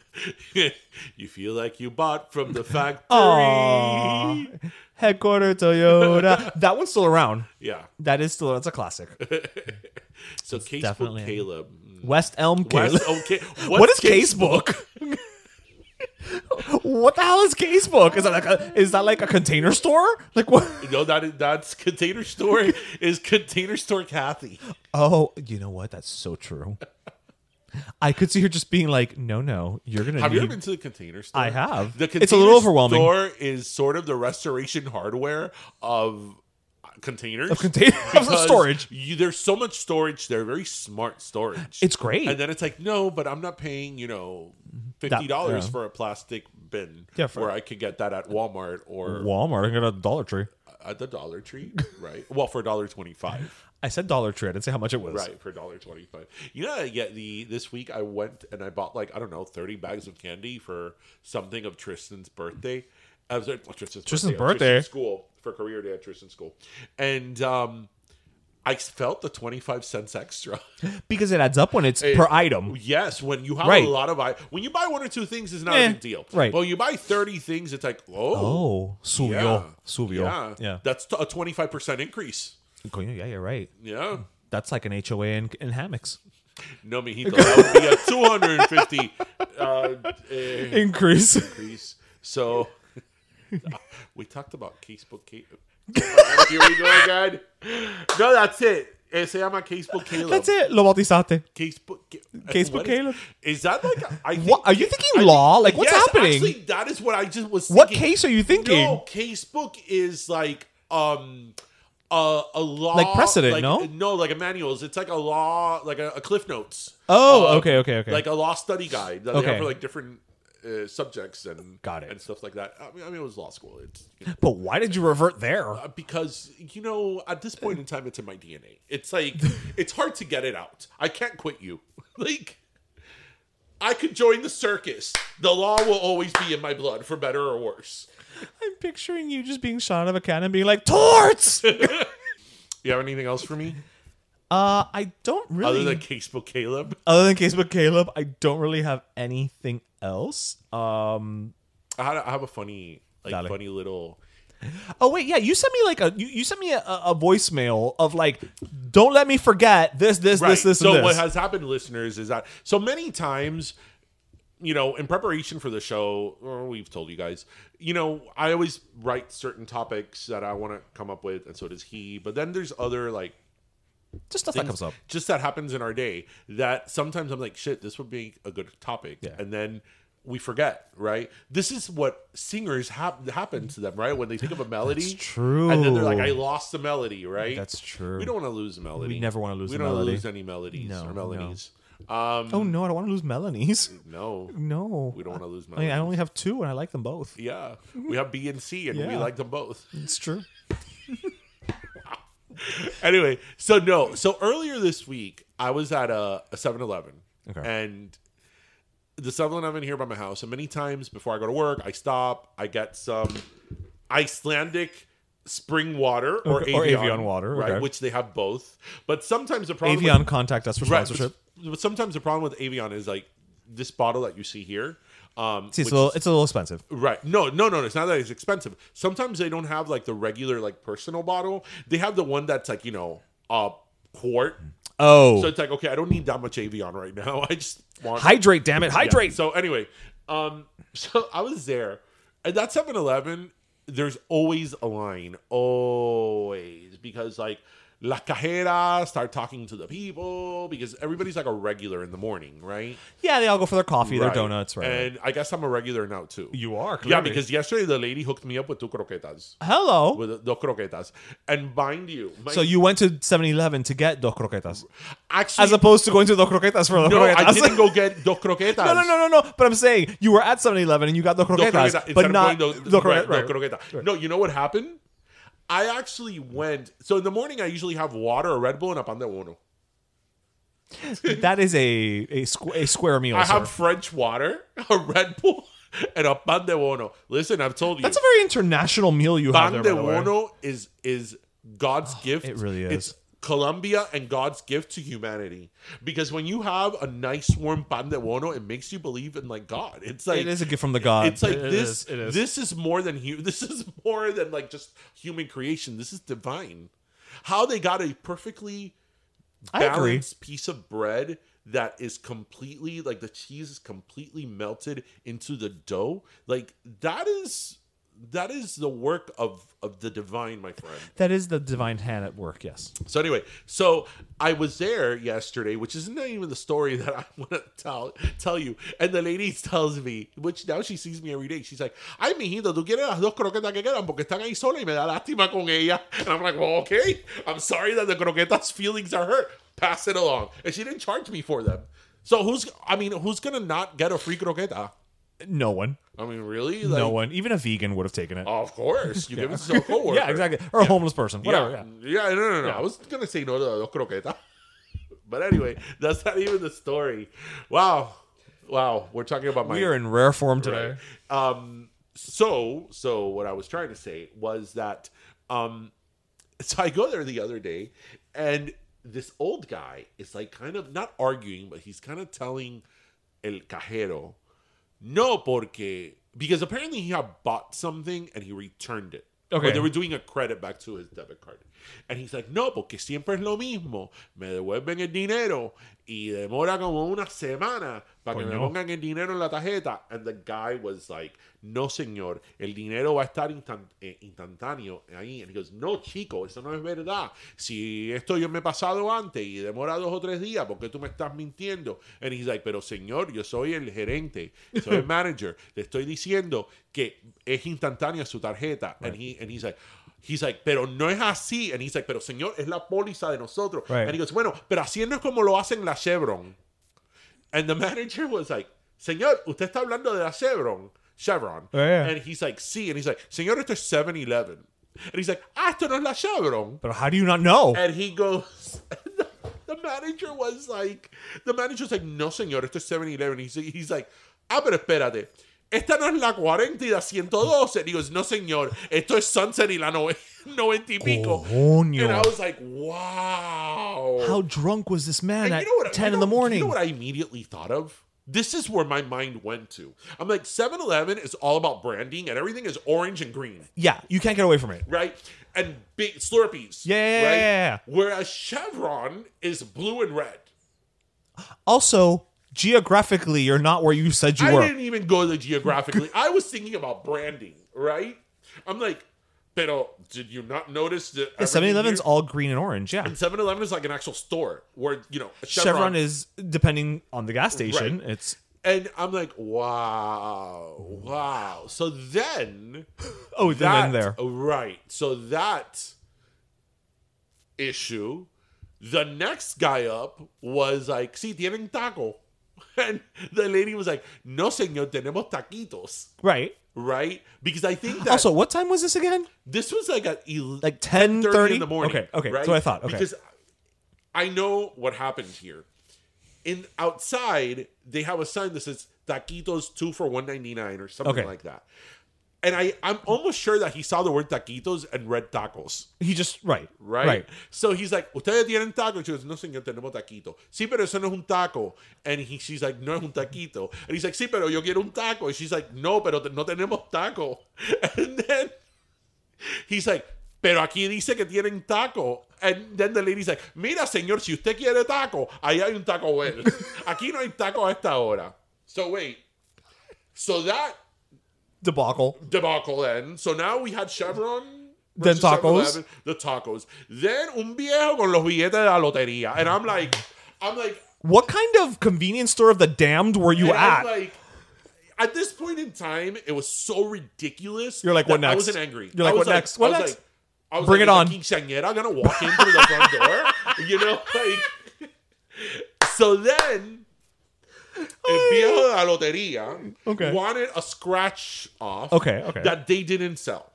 C: you feel like you bought from
B: [laughs]
C: the factory.
B: Aww. Headquarter Toyota. [laughs] that one's still around.
C: Yeah.
B: That is still that's a
C: [laughs]
B: classic.
C: So Casebook
B: definitely a-
C: Caleb.
B: West Elm Caleb.
C: West, okay.
B: [laughs]
C: What's
B: what is casebook? [laughs] what the hell is casebook? Is that like a is that like a container store? Like what? [laughs]
C: No, that is, that's Container Store. is Container Store Kathy?
B: Oh, you know what? That's so true. I could see her just being like, "No, no, you're gonna
C: Have
B: need
C: you ever been to the container store?
B: I have.
C: The
B: It's a
C: container
B: little overwhelming.
C: Store is sort of the restoration hardware of uh, containers.
B: Of contain- [laughs] of
C: Because
B: storage.
C: You, there's so much storage. They're very smart storage.
B: It's great.
C: And then it's like, no, but I'm not paying, you know, fifty dollars
B: yeah.
C: for a plastic bin.
B: Yeah, for-
C: where I could get that at Walmart or
B: Walmart. I got a Dollar Tree.
C: at the Dollar Tree, right? Well, for a dollar twenty-five.
B: I said Dollar Tree. I didn't say how much it was.
C: Right for dollar twenty five. You know, yeah. The this week I went and I bought like I don't know thirty bags of candy for something of Tristan's birthday. I was at Tristan's,
B: Tristan's
C: birthday, at Tristan's
B: birthday.
C: school for career day at Tristan's school, and um, I felt the twenty five cents extra. [laughs]
B: Because it adds up when it's per item.
C: yes, when you have
B: Right.
C: a lot of I when you buy one or two things, it's not
B: Eh,
C: a big deal.
B: right.
C: But when you buy thirty things, it's like oh,
B: Oh, subió.
C: yeah,
B: Subió.
C: yeah,
B: Yeah.
C: That's t- a twenty five percent increase.
B: Coño, yeah, you're right.
C: Yeah.
B: That's like an HOA in, in hammocks.
C: No, mijito, that would be a 250 uh, eh,
B: Increase.
C: increase. So [laughs] we talked about Casebook Caleb. Here we go again. No, that's it. Eh, Se llama Casebook Caleb.
B: That's it. Lo bautizaste.
C: Casebook, Ca-
B: Casebook
C: What
B: Caleb.
C: Is, is that like, I think,
B: What are you thinking? law? Like what's
C: Yes,
B: happening?
C: Actually, that is what I just was
B: What
C: thinking.
B: case are you thinking?
C: No, Casebook is like, um, a, a law
B: Like precedent,
C: like-
B: no?
C: no like a manuals it's like a law like a, a cliff notes
B: oh,
C: uh,
B: okay, okay, okay.
C: like a law study guide that they
B: Okay.
C: have for like different uh, subjects and
B: Got it.
C: and stuff like that. I mean, I mean it was law school. It's you know,
B: but why did you revert there?
C: uh, because you know at this point in time it's in my DNA.
B: [laughs]
C: It's like it's hard to get it out. I can't quit you. [laughs] like I could join the circus. The law will always be in my blood, for better or worse.
B: I'm picturing you just being shot out of a cannon, being like
C: [laughs]
B: torts. uh,
C: You have anything else for me
B: I don't really.
C: other than Casebook Caleb?
B: other than Casebook Caleb, I don't really have anything else. Um,
C: I had I have a funny like
B: Dale.
C: funny little
B: Oh wait, yeah, you sent me like a you, you sent me a, a voicemail of like, don't let me forget this, this, this, this,
C: so
B: and this.
C: what has happened, listeners, is that so many times, you know, in preparation for the show, or we've told you guys, you know, I always write certain topics that I want to come up with, and so does he. But then there's other like
B: Just stuff that comes
C: [laughs]
B: up.
C: just that happens in our day that sometimes I'm like, shit, this would be a good topic.
B: Yeah.
C: And then we forget, right? This is what singers hap- happen to them, right? When they think of a melody.
B: true.
C: And then they're like, I lost the melody, right?
B: That's true.
C: We don't want to lose a melody.
B: We never wanna lose
C: We
B: a
C: don't wanna
B: melody.
C: lose any melodies
B: No,
C: or
B: no.
C: melodies. Um,
B: Oh no, I don't want to lose Melanie's.
C: No.
B: No,
C: We don't wanna lose
B: I, mean, I
C: Melanie's.
B: only have two, and I like them both.
C: Yeah. We have B and C and we
B: Yeah.
C: like them both.
B: It's true.
C: anyway, so no, so earlier this week I was at a, a 7-Eleven
B: Okay.
C: and the 7 Eleven here by my house, and many times before I go to work, I stop, I get some Icelandic spring water or,
B: Okay,
C: Avion,
B: or Evian water,
C: right?
B: okay.
C: Which they have both. But sometimes the problem.
B: Avion
C: with-
B: contact us for
C: Right,
B: sponsorship.
C: but- but sometimes the problem with Avion is like this bottle that you see here. Um,
B: See, it's
C: which
B: a little,
C: is-
B: it's a little expensive.
C: Right. No, no, no. It's not that it's expensive. Sometimes they don't have like the regular like personal bottle. They have the one that's like, you know, a quart.
B: Oh,
C: So it's like, okay, I don't need that much Avion right now. [laughs] I just want
B: hydrate, damn it,
C: Yeah.
B: hydrate.
C: So anyway, um [laughs] so I was there and that 7-Eleven there's always a line always because like La Cajera start talking to the people because everybody's like a regular in the morning, right?
B: yeah, they all go for their coffee,
C: Right.
B: their donuts, right?
C: And I guess I'm a regular now too.
B: you are,
C: Yeah, because yesterday the lady hooked me up with two croquetas.
B: hello.
C: With dos croquetas. And mind you, my,
B: so you went to 7-Eleven to get dos croquetas,
C: actually
B: as opposed to going to dos croquetas for dos
C: No,
B: croquetas.
C: I didn't go get
B: [laughs]
C: dos croquetas.
B: no, no, no, no, no. But I'm saying you were at 7-Eleven and you got dos
C: Dos
B: croquetas,
C: croquetas, instead
B: but
C: of
B: not
C: going
B: dos
C: to- right,
B: croquetas.
C: dos
B: right.
C: croquetas. No, you know what happened? I actually went so in the morning I usually have water, a Red Bull, and a pan de uno.
B: That is a a, squ- a square meal.
C: I
B: sir.
C: have French water, [laughs] a Red Bull, and a pan de uno. Listen, I've told you
B: That's a very international meal you have
C: pan
B: there.
C: de
B: by the way. Oh,
C: uno is is God's gift.
B: it really
C: It's
B: is.
C: Colombia and God's gift to humanity. Because when you have a nice warm pan de uno, it makes you believe in like God. It's like
B: it is a gift from the god.
C: It's like
A: It
C: this.
A: is, it is.
C: This is more than hu- [laughs] This is more than like just human creation. This is divine. How they got a perfectly
B: I agree.
C: balanced piece of bread that is completely like the cheese is completely melted into the dough. Like that is that is the work of of the divine, my friend.
B: that is the divine hand at work. Yes.
C: So anyway, so I was there yesterday, which is not even the story [laughs] that I want to tell tell you. And the lady tells me, which now she sees me every day. She's like, "Ay, mijito, tú quieres las dos croquetas que quedan porque están ahí sola y me da lástima con ella." And I'm like, "Well, okay. I'm sorry that the croquetas' feelings are hurt. Pass it along." And she didn't charge me for them. So who's? I mean, who's gonna not get a free croqueta?
B: No one.
C: I mean, really?
B: no
C: Like,
B: one. Even a vegan would have taken it.
C: Of course, you give it to a coworker.
B: [laughs] yeah, exactly. Or a homeless person. Whatever. Yeah.
C: Yeah, Mm, no, no, no. I was gonna say no to the croqueta, [laughs] but anyway, that's not even the story. Wow, wow, we're talking about my.
B: We are
C: [laughs]
B: in rare form today.
C: Um, so, so what I was trying to say was that, um, so I go there the other day, and this old guy is like kind of not arguing, but he's kind of telling el cajero, no, porque because apparently he had bought something and he returned it.
B: Okay.
C: Or they were doing a credit back to his debit card. And he's like, no, porque siempre es lo mismo. Me devuelven el dinero y demora como una semana para que me pongan el dinero en la tarjeta. And the guy was like, no, señor, el dinero va a estar instan- eh, instantáneo ahí. And he goes, no, chico, eso no es verdad. Si esto yo me he pasado antes y demora dos o tres días, ¿por qué tú me estás mintiendo? And he's like, pero señor, yo soy el gerente, soy
B: [laughs]
C: el manager. Te estoy diciendo que es instantánea su tarjeta. And, he, and he's like, He's like, pero no es así. And he's like, pero señor, es la póliza de nosotros.
B: Right.
C: And he goes, bueno, pero así no es como lo hacen la Chevron. And the manager was like, señor, usted está hablando de la Chevron. Chevron.
B: Oh, yeah.
C: And he's like, sí. And he's like, señor, esto es 7-Eleven. And he's like, ah, esto no es la Chevron.
B: But how do you not know?
C: And he goes, [laughs] the manager was like, the manager's like, no, señor, esto es 7-Eleven. He's, he's like, ah, pero espérate. Esta no es la 40 y la 112. And he goes, no, señor, esto es Sunset y la [laughs] noven- 90 y pico.
B: Coño.
C: And I was like, wow.
B: How drunk was this man
C: And
B: at
C: you know what-
B: 10
C: you
B: in
C: know-
B: the morning?
C: You know what I immediately thought of? This is where my mind went to. I'm like, 7 Eleven is all about branding and everything is orange and green,
B: yeah, you can't get away from it.
C: right? And big Slurpees.
B: Yeah, yeah, yeah,
C: right?
B: yeah, yeah.
C: Whereas Chevron is blue and red.
B: Also, geographically, you're not where you said you
C: I
B: were.
C: didn't even go
B: [laughs]
C: the geographically. I was thinking about branding, right? I'm like, pero did you not notice that?
B: Yeah, 7 Eleven's all green and orange. Yeah.
C: 7 Eleven is like an actual store where, you know,
B: Chevron, is, depending on the gas station,
C: Right.
B: it's
C: And I'm like, wow, wow. So then,
B: Oh, then- then there.
C: right. So that issue, the next guy up was like, "Sí, tienen taco," [laughs] and the lady was like, "No, señor, tenemos taquitos."
B: right.
C: Right? Because I think that
B: Also, what time was this again?
C: this was like at el-
B: Like 10:30?
C: in the morning.
B: Okay, okay,
C: Right?
B: that's what I thought, okay.
C: Because I know what happened here. In outside, they have a sign that says taquitos two for one ninety nine or something
B: Okay.
C: like that. And I, I'm almost sure that he saw the word taquitos and read tacos,
B: He just right,
C: right? So he's like, "Ustedes tienen tacos?" She goes, "No, señor, tenemos taquito." Sí, pero eso no es un taco. And he, she's like, "No es un taquito." And he's like, "Sí, pero yo quiero un taco." And she's like, "No, pero te- no tenemos taco." [laughs] And then He's like, pero aquí dice que tienen taco. And then the lady's like, mira señor, si usted quiere taco, ahí hay un taco Bell. Aquí no hay taco a esta hora. So wait. So that
B: Debacle.
C: debacle then. So now we had Chevron.
B: Then
C: versus
B: tacos.
C: 7-Eleven, The tacos. Then un viejo con los billetes de la lotería. And I'm like, I'm like,
B: What kind of convenience store of the damned were you
C: and I'm
B: at?
C: like, at this point in time, it was so ridiculous.
B: You're like, what
C: that I
B: next?
C: wasn't angry.
B: You're like,
C: I was
B: what next? What
C: I was
B: next?
C: like- I was
B: Bring
C: like,
B: it
C: is a
B: on.
C: Quinceañera gonna walk in through the front door, [laughs] you know, like. So then, el viejo de la lotería
B: Okay.
C: wanted a scratch off.
B: Okay, okay.
C: That they didn't sell,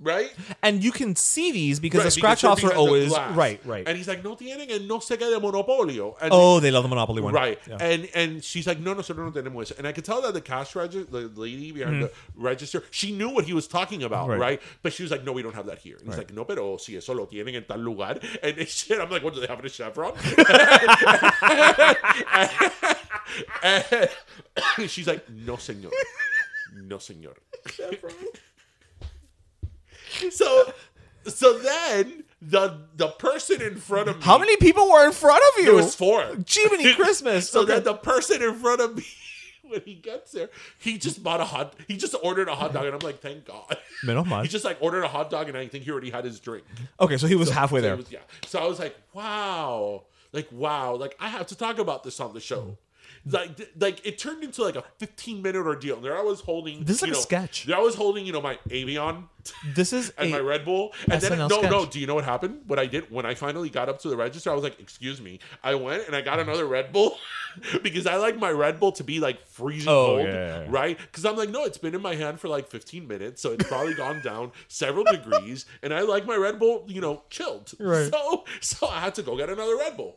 C: right?
B: and you can see these because the
C: Right,
B: scratch
C: they're
B: offs are
C: behind the
B: always
C: glass.
B: right, right.
C: And he's like, no tienen el no sé qué de monopolio. And
B: oh, they love the Monopoly one,
C: Right.
B: Yeah.
C: And and she's like, no, no, nosotros no tenemos eso. And I could tell that the cash register, the lady behind the register, she knew what he was talking about,
B: Mm-hmm. Right.
C: right. But she was like, no, we don't have that here. And he's
B: Right.
C: like, no, pero si eso lo tienen en tal lugar. And they [laughs] shit, I'm like, what, do they have it
B: [laughs]
C: in Chevron? and she's like, no, señor. No, señor. [laughs] so, so then the the person in front of me.
B: How many people were in front of you?
C: It was four. [laughs]
B: Jiminy Christmas.
C: so
B: Okay.
C: that the person in front of me, [laughs] when he gets there, he just bought a hot. He just ordered a hot dog, and I'm like, thank God.
B: Menos mal.
C: He just like ordered a hot dog, and I think he already had his drink.
B: okay, so he was halfway
C: So
B: there.
C: it was- yeah. So I was like, wow, like wow, like I have to talk about this on the show. Like, th- like it turned into like a 15 minute ordeal. There I was holding
B: This is
C: you
B: like a
C: know,
B: sketch.
C: There I was holding, you know, my Avion
B: this is
C: and
B: a-
C: my Red Bull. And then
B: SNL
C: no, no.
B: sketch.
C: Do you know what happened? What I did when I finally got up to the register, I was like, "Excuse me." I went and I got another Red Bull [laughs] because I like my Red Bull to be like freezing
B: Oh,
C: cold,
B: yeah, yeah, yeah.
C: right? Because I'm like, no, it's been in my hand for like 15 minutes, so it's probably gone down several degrees, and I like my Red Bull, you know, chilled.
B: Right.
C: [laughs] So, so I had to go get another Red Bull.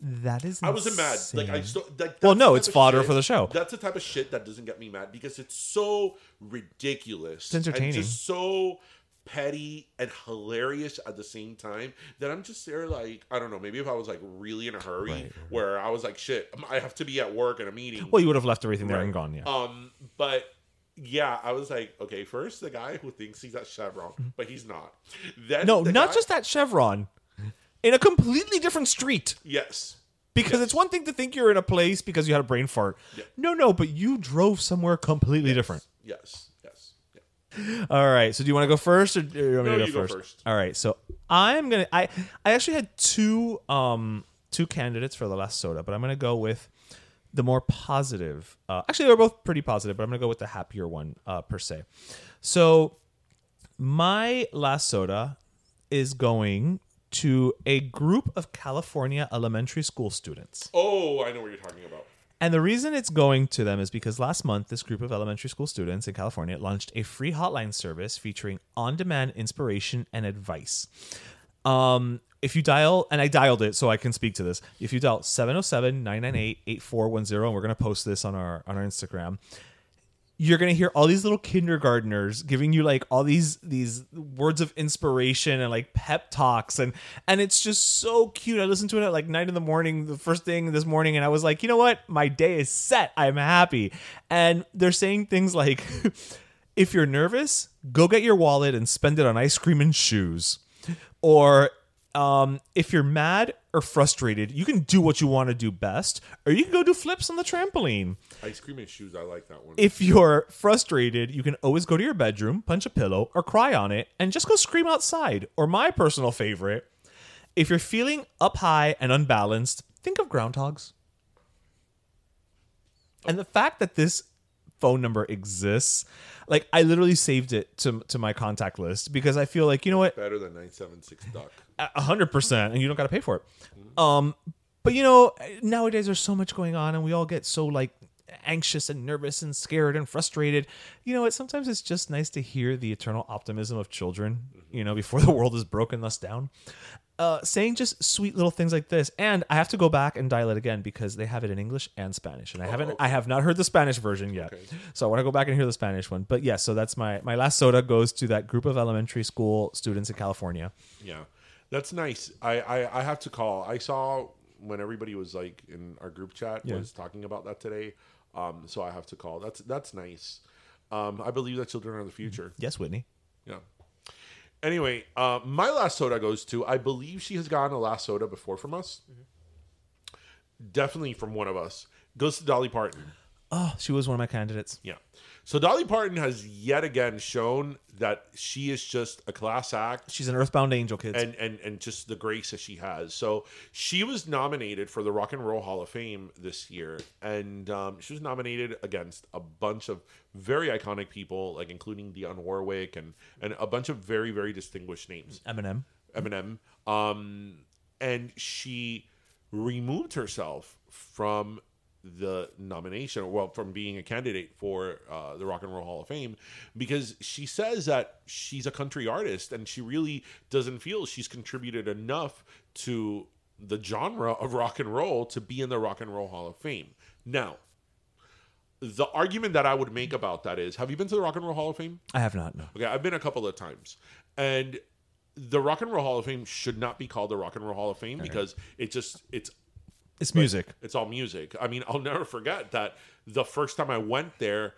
B: that is.
C: I wasn't mad. Like I
B: insane.
C: still like.
B: Well,
C: that's
B: no,
C: the
B: it's
C: type of
B: fodder
C: shit-
B: for the show.
C: That's the type of shit that doesn't get me mad because it's so ridiculous, it's
B: entertaining.
C: and just so petty and hilarious at the same time that I'm just there like I don't know. Maybe if I was like really in a hurry, where I was like, shit, I have to be at work and a meeting.
B: Well, you would have left everything there
C: Right.
B: and gone. Yeah.
C: Um, but yeah, I was like, okay, first the guy who thinks he's at Chevron, but he's not. [laughs] Then
B: Mm-hmm. no,
C: the
B: not
C: guy-
B: just that Chevron, in a completely different street.
C: yes.
B: Because it's one thing to think you're in a place because you had a brain fart. No, no, but you drove somewhere completely different.
C: Yes, yes, yeah.
B: All right. So do you want to go first, or do you want me to
C: No,
B: go,
C: you go
B: first?
C: first.
B: All right. So I'm gonna. I I actually had two um two candidates for the last soda, but I'm gonna go with the more positive. Uh, actually, they're both pretty positive, but I'm gonna go with the happier one uh, per se. So my last soda is going to a group of California elementary school students.
C: Oh, I know what you're talking about.
B: And the reason it's going to them is because last month, this group of elementary school students in California launched a free hotline service featuring on demand inspiration and advice. Um, if you dial, and I dialed it so I can speak to this, if you dial 707 998 8410, and we're going to post this on our, on our Instagram, you're gonna hear all these little kindergarteners giving you like all these these words of inspiration and like pep talks and and it's just so cute. I listened to it at like nine in the morning, the first thing this morning, and I was like, you know what, my day is set. I'm happy, and they're saying things like, [laughs] if you're nervous, go get your wallet and spend it on ice cream and shoes, or um, if you're mad or frustrated, you can do what you want to do best, or you can go do flips on the trampoline
C: Ice cream and shoes. I like that one.
B: if you're frustrated, you can always go to your bedroom, punch a pillow, or cry on it, and just go scream outside. Or my personal favorite, if you're feeling up high and unbalanced, think of groundhogs. And the fact that this phone number exists, like I literally saved it to, to my contact list because I feel like, you know what,
C: better than 976 duck.
B: a hundred percent, and you don't got to pay for it. Um, but you know, nowadays there's so much going on, and we all get so like anxious and nervous and scared and frustrated. You know, what? sometimes it's [laughs] just nice to hear the eternal optimism of children. You know, before the world is broken us down, uh, saying just sweet little things like this. And I have to go back and dial it again because they have it in English and Spanish, and I haven't, I have not heard the Spanish version yet. So I want to go back and hear the Spanish one. But yeah, so that's my my last soda goes to that group of elementary school students in California.
C: Yeah, that's nice. I, I I have to call. I saw when everybody was like in our group chat was talking about that today. Um, so I have to call. That's that's nice. Um, I believe that children are the future.
B: Yes, Whitney.
C: Yeah. Anyway, uh, my last soda goes to. I believe she has gotten a last soda before from us. Definitely from one of us. Goes to Dolly Parton.
B: Oh, she was one of my candidates.
C: Yeah. So Dolly Parton has yet again shown that she is just a class act
B: She's an Earthbound Angel, kids.
C: and and and just the grace that she has. So she was nominated for the Rock and Roll Hall of Fame this year, and um, she was nominated against a bunch of very iconic people, like including Dionne Warwick and and a bunch of very very distinguished names.
B: Eminem.
C: Eminem. Um, and she removed herself from the nomination, well, from being a candidate for uh, the Rock and Roll Hall of Fame, because she says that she's a country artist and she really doesn't feel she's contributed enough to the genre of rock and roll to be in the Rock and Roll Hall of Fame. Now, the argument that I would make about that is have you been to the Rock and Roll Hall of Fame?
B: I have not. No.
C: Okay, I've been a couple of times, and the Rock and Roll Hall of Fame should not be called the Rock and Roll Hall of Fame because it just it's
B: It's music.
C: it's all music. I mean, [laughs] I'll never forget that the first time I went there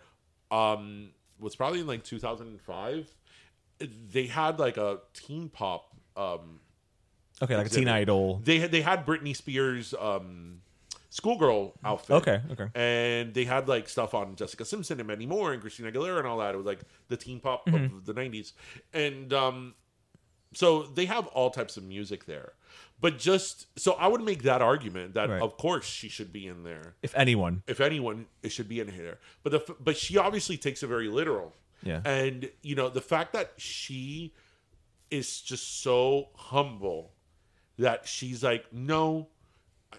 C: um was probably in like 2005. They had like a teen pop um
B: Okay, like a teen idol.
C: they had they had Britney Spears um schoolgirl outfit.
B: Okay, okay.
C: And they had like stuff on Jessica Simpson and many more and Christina Aguilera and all that. It was like the teen pop
B: Mm-hmm.
C: of the nineties. And um so they have all types of music there. But just so I would make that argument that
B: Right.
C: of course she should be in there
B: If anyone.
C: if anyone, it should be in here. But the f- but she obviously takes it very literal.
B: Yeah.
C: And you know the fact that she is just so humble that she's like, no,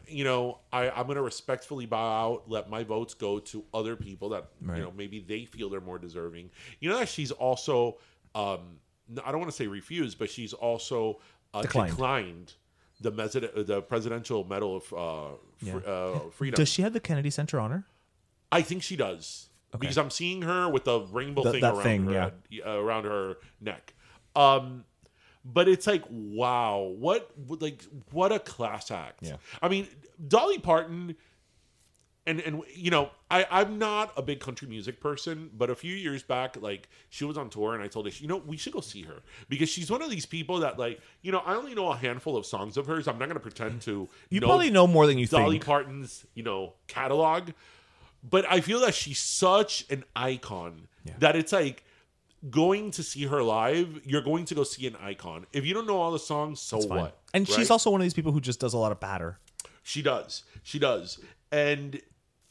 C: you know, I I'm gonna respectfully bow out, let my votes go to other people that
B: Right.
C: you know maybe they feel they're more deserving. You know that she's also, um, n- I don't want to say refused, but she's also uh,
B: Declined.
C: declined. the, mesid- uh, the presidential medal of uh, fr- uh, freedom.
B: Does she have the Kennedy Center on her?
C: I think she does because I'm seeing her with the rainbow
B: Th-
C: thing
B: that
C: around
B: thing,
C: her uh, around her neck. Um, but it's like wow, what like what a class act.
B: Yeah.
C: I mean, Dolly Parton. And, and you know I I'm not a big country music person, but a few years back, like she was on tour, and I told her, you know, we should go see her because she's one of these people that like you know I only know a handful of songs of hers. I'm not going to pretend to
B: You probably know more than you
C: Dolly
B: think.
C: Parton's, you know, catalog. But I feel that she's such an icon that it's like going to see her live, you're going to go see an icon. If you don't know all the songs, so
B: Fine.
C: what?
B: And
C: right?
B: she's also one of these people who just does a lot of batter.
C: She does. She does. And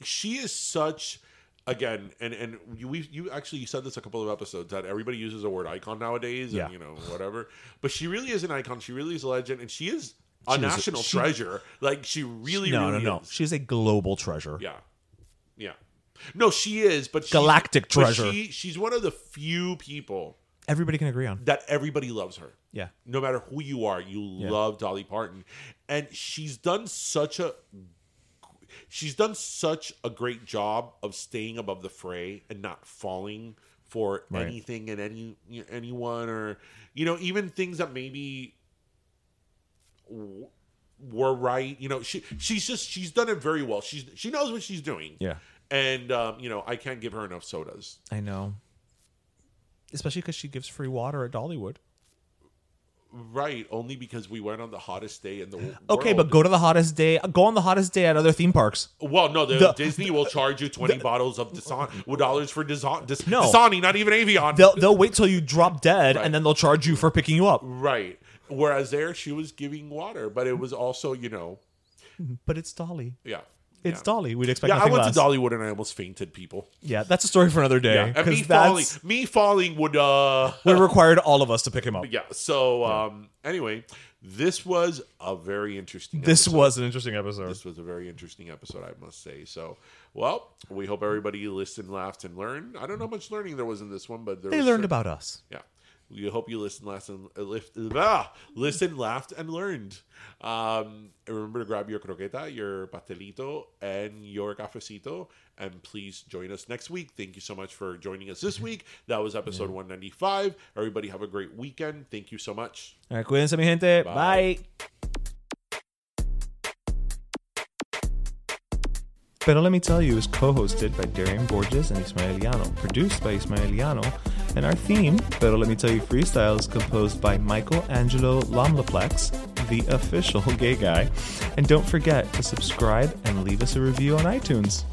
C: she is such again and and you we you actually you said this a couple of episodes that everybody uses the word icon nowadays
B: Yeah.
C: and you know whatever but she really is an icon she really is a legend and she is a
B: She is a-
C: national
B: she-
C: treasure like she really
B: no,
C: really
B: no, no.
C: is.
B: She's a global treasure.
C: Yeah. Yeah. No, she is, but she,
B: Galactic
C: but
B: treasure.
C: she, she's one of the few people
B: Everybody can agree on.
C: that everybody loves her.
B: Yeah.
C: No matter who you are, you love Dolly Parton. And she's done such a she's done such a great job of staying above the fray and not falling for
B: Right.
C: anything and any anyone or you know even things that maybe w- were right you know she she's just she's done it very well she's she knows what she's doing
B: Yeah.
C: and um, you know i can't give her enough sodas
B: I know. Especially because she gives free water at Dollywood.
C: right only because we went on the hottest day in the w-
B: Okay,
C: world.
B: but go to the hottest day. Go on the hottest day at other theme parks.
C: Well, no, the,
B: The-
C: Disney will charge you twenty bottles of
B: [laughs]
C: Dasani well, dollars for Dasani. Dis-
B: No.
C: Dasani, not even Avion.
B: They'll they'll wait till you drop dead and then they'll charge you for picking you up.
C: right. Whereas there, she was giving water, but it was also, you know,
B: But it's Dolly.
C: yeah,
B: It's
C: yeah.
B: Dolly. We'd expect
C: Yeah, I
B: nothing
C: went
B: less.
C: to Dollywood and I almost fainted. People,
B: Yeah, that's a story for another day.
C: yeah, and
B: because
C: me falling, [laughs]
B: that's
C: me falling would, uh,
B: what required all of us to pick him up.
C: yeah. So, um, anyway, this was a very interesting.
B: This
C: episode.
B: was an interesting episode.
C: This was a very interesting episode, I must say. So, well, we hope everybody listened, laughed, and learned. I don't know how much learning there was in this one, but there
B: They
C: was
B: learned
C: cer-
B: about us.
C: Yeah. We hope you listened, last and uh, lift, ah, listen, laughed, and learned. Um, and remember to grab your croqueta, your pastelito, and your cafecito, and please join us next week. Thank you so much for joining us this week. That was episode 195. Everybody have a great weekend. Thank you so much.
B: All right, cuídense, mi gente.
C: Bye.
B: Bye. Pero Let Me Tell You is co-hosted by Darian Borges and Ismaeliano, produced by Ismaeliano, and our theme, Pero Let Me Tell You Freestyle, is composed by Michael Angelo Lomlaplex, the [laughs] official gay guy. And don't forget to subscribe and leave us a review on iTunes.